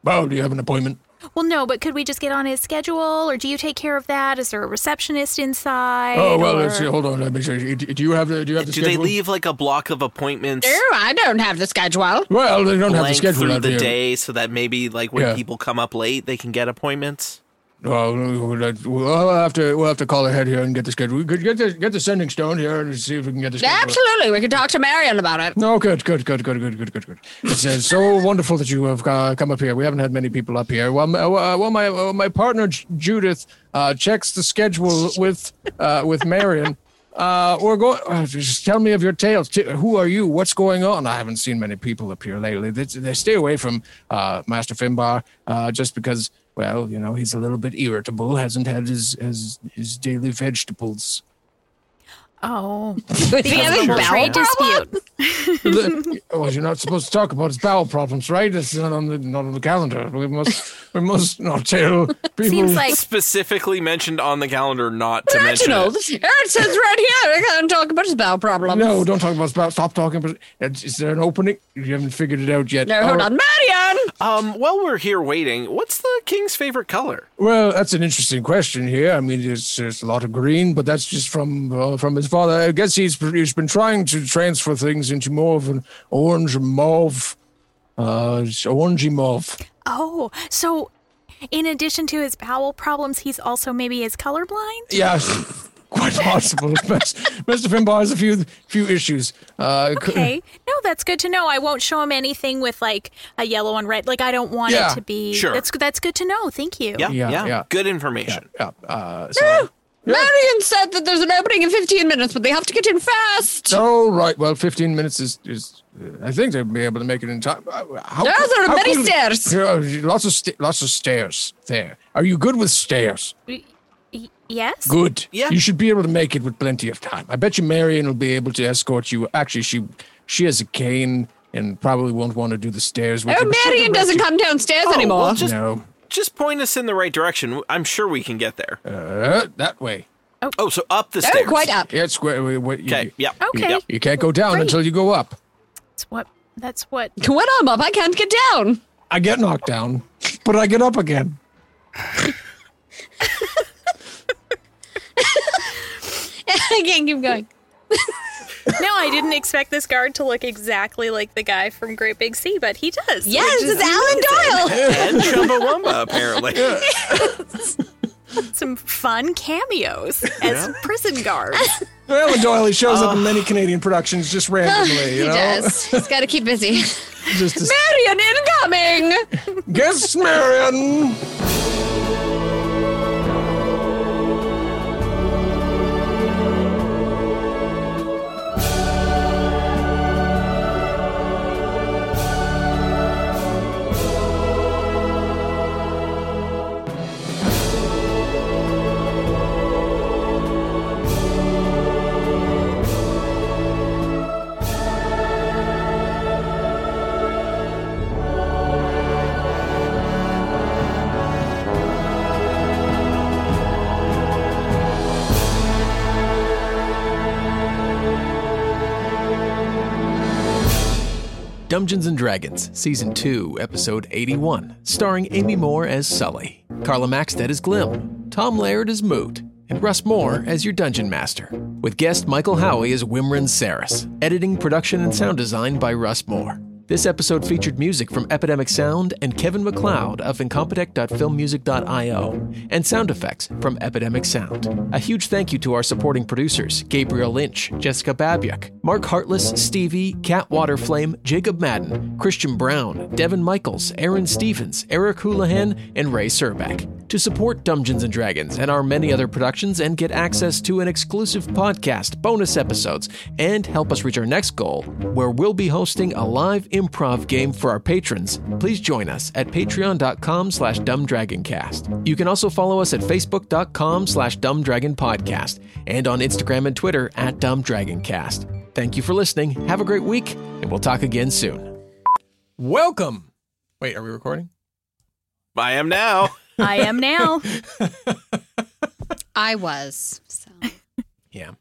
Speaker 5: Oh, do you have an appointment?
Speaker 3: Well, no, but could we just get on his schedule, or do you take care of that? Is there a receptionist inside?
Speaker 5: Oh well,
Speaker 3: or-
Speaker 5: let's see. Hold on. Let me check. Do you have the? Do you have the
Speaker 6: Do they
Speaker 5: schedule?
Speaker 6: leave like a block of appointments
Speaker 4: Ew, I don't have the schedule.
Speaker 5: Well, they don't have the
Speaker 6: blank
Speaker 5: schedule
Speaker 6: through
Speaker 5: out
Speaker 6: the
Speaker 5: here.
Speaker 6: day so that maybe like when
Speaker 5: Yeah.
Speaker 6: people come up late they can get appointments?
Speaker 5: Well, we'll have to we'll have to call ahead here and get the schedule. We could get the get the sending stone here and see if we can get the schedule.
Speaker 4: Absolutely, we can talk to Marion about it.
Speaker 5: No, good, good, good, good, good, good, good, good. It's uh, so (laughs) wonderful that you have uh, come up here. We haven't had many people up here. Well, my, uh, well, my uh, my partner J- Judith uh, checks the schedule with uh, with Marion. (laughs) Uh, we're going. Uh, just tell me of your tales. T- who are you? What's going on? I haven't seen many people up here lately. They, they stay away from uh, Master Finbar uh, just because, well, you know, he's a little bit irritable. Hasn't had his his, his daily vegetables.
Speaker 3: Oh,
Speaker 4: we have a bowel
Speaker 3: trade dispute.
Speaker 5: The- well, oh, you're not supposed to talk about his bowel problems, right? It's not on the not on the calendar. We must we must not tell people.
Speaker 3: Seems like
Speaker 6: Specifically mentioned on the calendar not to mention
Speaker 8: National.
Speaker 6: it.
Speaker 8: It says right here. I can't talk about his bowel problems.
Speaker 5: no, don't talk about bowel. Stop talking about. Is is there an opening? You haven't figured it out yet.
Speaker 8: No, hold
Speaker 5: Alright.
Speaker 8: on. Marion!
Speaker 6: Um, while we're here waiting, what's the king's favorite color?
Speaker 5: Well, that's an interesting question here. I mean, it's, it's a lot of green, but that's just from uh, from his father. I guess he's he's been trying to transfer things into more of an orange mauve, uh, it's orangey mauve.
Speaker 3: oh, so in addition to his bowel problems, he's also maybe is colorblind.
Speaker 5: Yes, (laughs) quite possible. (laughs) Mas- Mr. Finbar has a few few issues. Uh, c-
Speaker 3: Okay, no, that's good to know. I won't show him anything with like a yellow and red. Like I don't want
Speaker 5: Yeah,
Speaker 3: it to be.
Speaker 6: sure.
Speaker 3: That's that's good to know. Thank you.
Speaker 6: Yeah,
Speaker 5: Yeah,
Speaker 6: yeah,
Speaker 5: yeah.
Speaker 6: good information.
Speaker 5: yeah, uh, so,
Speaker 8: Ah, Marion said that there's an opening in 15 minutes, but they have to get in fast.
Speaker 5: all right. Well, fifteen minutes is is. I think they'll be able to make it in time. Uh, How,
Speaker 8: There are
Speaker 5: how
Speaker 8: many
Speaker 5: could-
Speaker 8: stairs.
Speaker 5: There are lots of sta- lots of stairs there. Are you good with stairs?
Speaker 3: Y- yes.
Speaker 5: Good.
Speaker 6: Yeah.
Speaker 5: You should be able to make it with plenty of time. I bet you Marion will be able to escort you. Actually, she she has a cane and probably won't want to do the stairs with
Speaker 8: Oh,
Speaker 5: you. but she'll
Speaker 8: Marion
Speaker 5: direct
Speaker 8: doesn't
Speaker 5: you.
Speaker 8: come downstairs
Speaker 6: Oh,
Speaker 8: anymore.
Speaker 6: well, just, (laughs)
Speaker 5: No,
Speaker 6: just point us in the right direction. I'm sure we can get there.
Speaker 5: uh, that way.
Speaker 6: oh, so up the
Speaker 8: oh,
Speaker 6: stairs.
Speaker 8: quite up.
Speaker 5: Yeah, it's where, where, where
Speaker 6: Okay,
Speaker 5: you,
Speaker 6: yeah.
Speaker 3: Okay.
Speaker 6: yeah.
Speaker 5: you can't go down
Speaker 3: Great.
Speaker 5: until you go up.
Speaker 3: That's what. That's what.
Speaker 8: When I'm up, I can't get down.
Speaker 5: I get knocked down, but I get up again.
Speaker 3: (laughs)
Speaker 8: I can't keep going.
Speaker 3: No, I didn't expect this guard to look exactly like the guy from Great Big Sea, but he does.
Speaker 4: Yes,
Speaker 3: which is
Speaker 4: it's Alan Doyle.
Speaker 6: And Chumbawamba, apparently.
Speaker 3: (laughs) some fun cameos as prison guards.
Speaker 5: Alan Doyle he shows up in many Canadian productions just (laughs) randomly.
Speaker 8: he
Speaker 5: you know?
Speaker 8: does. He's got to keep busy.
Speaker 5: Just to
Speaker 8: Marion incoming!
Speaker 5: Guess Marion. Dungeons and Dragons, Season 2, Episode 81, starring Amy Moore as Sully, Carla Maxted as Glim, Tom Laird as Moot, and Russ Moore as your Dungeon Master, with guest Michael Howie as Wimran Saris, editing, production, and sound design by Russ Moore. This episode featured music from Epidemic Sound and Kevin McLeod of incompetech.filmmusic.io, and sound effects from Epidemic Sound. A huge thank you to our supporting producers, Gabriel Lynch, Jessica Babiak, Mark Hartless, Stevie, Cat Waterflame, Jacob Madden, Christian Brown, Devin Michaels, Aaron Stevens, Eric Houlihan, and Ray Serbeck. To support Dungeons and Dragons and our many other productions and get access to an exclusive podcast, bonus episodes, and help us reach our next goal, where we'll be hosting a live improv game for our patrons, please join us at patreon.com slash dumbdragoncast. You can also follow us at facebook.com slash dumbdragonpodcast and on Instagram and Twitter at dumbdragoncast. Thank you for listening. Have a great week, and we'll talk again soon. Welcome. Wait, are we recording?
Speaker 6: I am now.
Speaker 3: (laughs) I am now.
Speaker 8: (laughs) I was. So.
Speaker 5: Yeah.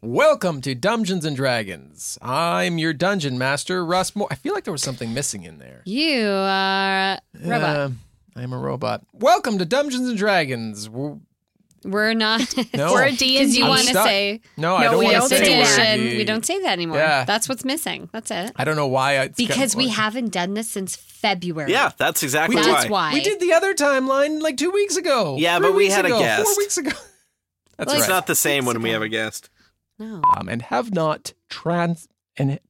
Speaker 5: Welcome to Dungeons and Dragons. I'm your dungeon master, Russ Moore. I feel like there was something missing in there.
Speaker 8: You are a robot.
Speaker 5: Uh, I'm a robot. Welcome to Dungeons and Dragons. We're-
Speaker 8: We're not. (laughs)
Speaker 5: No.
Speaker 3: We're a D and
Speaker 8: Because
Speaker 3: D.
Speaker 8: you
Speaker 5: I'm
Speaker 8: want to
Speaker 5: stuck.
Speaker 8: say.
Speaker 5: No, I
Speaker 3: No,
Speaker 5: don't
Speaker 3: we
Speaker 5: want
Speaker 3: don't
Speaker 5: to say
Speaker 3: do
Speaker 5: we're
Speaker 3: that.
Speaker 5: the-
Speaker 8: We don't say that anymore.
Speaker 5: Yeah.
Speaker 8: That's what's missing. That's it.
Speaker 5: I don't know why. I, it's
Speaker 8: Because
Speaker 5: kind
Speaker 8: we
Speaker 5: of-
Speaker 8: haven't done this since February.
Speaker 6: Yeah, that's exactly
Speaker 8: That's
Speaker 6: why.
Speaker 8: why.
Speaker 5: we did the other timeline like two weeks ago.
Speaker 6: Yeah,
Speaker 5: three
Speaker 6: but we
Speaker 5: weeks
Speaker 6: had a
Speaker 5: ago, Four
Speaker 6: guest.
Speaker 8: (laughs)
Speaker 5: weeks ago. That's
Speaker 8: Like-
Speaker 6: It's
Speaker 5: right.
Speaker 6: not the same when we have a guest.
Speaker 8: No.
Speaker 5: um, and have not trans and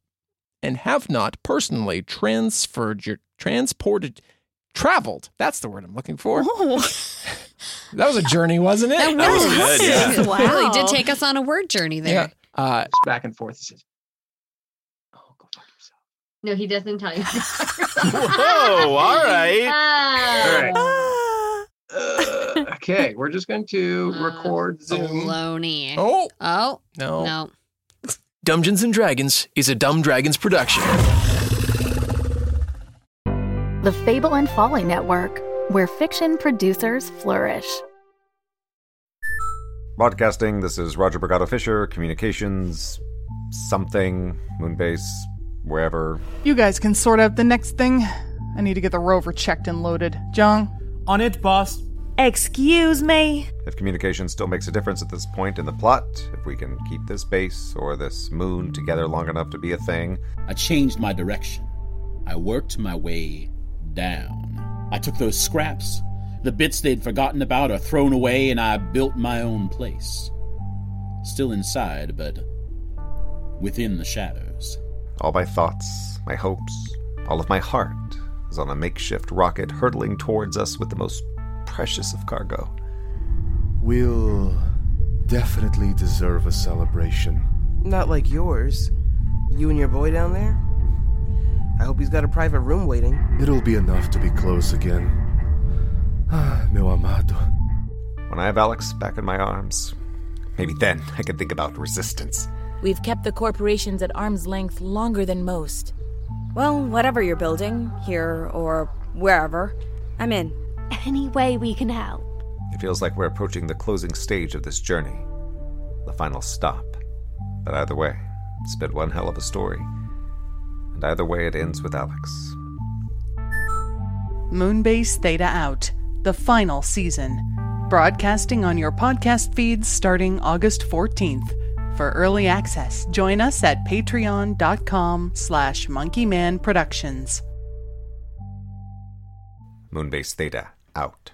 Speaker 5: and have not personally transferred your transported traveled. That's the word I'm looking for. (laughs)
Speaker 8: (laughs)
Speaker 5: That was a journey, wasn't it?
Speaker 8: Oh. That
Speaker 6: That was
Speaker 8: was
Speaker 6: good, yeah.
Speaker 8: It really
Speaker 3: Wow.
Speaker 8: did take us on a word journey
Speaker 5: yeah.
Speaker 8: there.
Speaker 5: Uh,
Speaker 7: Back and forth. He says, "Oh, go fuck yourself."
Speaker 8: No, he doesn't tell you.
Speaker 6: Whoa, all right.
Speaker 7: All
Speaker 8: Ah.
Speaker 7: right. Uh,
Speaker 10: okay, we're just going to
Speaker 8: Uh,
Speaker 10: record Zoom.
Speaker 8: (laughs) Baloney.
Speaker 5: Oh,
Speaker 8: Oh,
Speaker 5: no.
Speaker 8: no.
Speaker 5: Dungeons and Dragons is a Dumb Dragons production.
Speaker 11: The Fable and Folly Network, where fiction producers flourish.
Speaker 12: Broadcasting, this is Roger Brigado Fisher, Communications, something, Moonbase, wherever.
Speaker 9: You guys can sort out the next thing. I need to get the rover checked and loaded. Jung,
Speaker 13: On it, boss.
Speaker 14: Excuse me?
Speaker 12: If communication still makes a difference at this point in the plot, if we can keep this base or this moon together long enough to be a thing,
Speaker 6: I changed my direction. I worked my way down. I took those scraps, the bits they'd forgotten about or thrown away, and I built my own place. Still inside, but within the shadows.
Speaker 12: all my thoughts, my hopes, all of my heart is on a makeshift rocket hurtling towards us with the most precious of cargo.
Speaker 15: We'll definitely deserve a celebration.
Speaker 16: Not like yours. You and your boy down there? I hope he's got a private room waiting.
Speaker 15: It'll be enough to be close again. (sighs) Ah, meu amado.
Speaker 12: When I have Alex back in my arms, maybe then I can think about resistance.
Speaker 3: (laughs) We've kept the corporations at arm's length longer than most. Well, whatever you're building, here or wherever, I'm in. Any way we can help.
Speaker 12: It feels like we're approaching the closing stage of this journey, the final stop. But either way, it's been one hell of a story. And either way, it ends with Alex.
Speaker 9: Moonbase Theta out. The final season. Broadcasting on your podcast feeds starting August 14th. For early access, join us at patreon.com slash monkeyman productions.
Speaker 12: Moonbase Theta, out.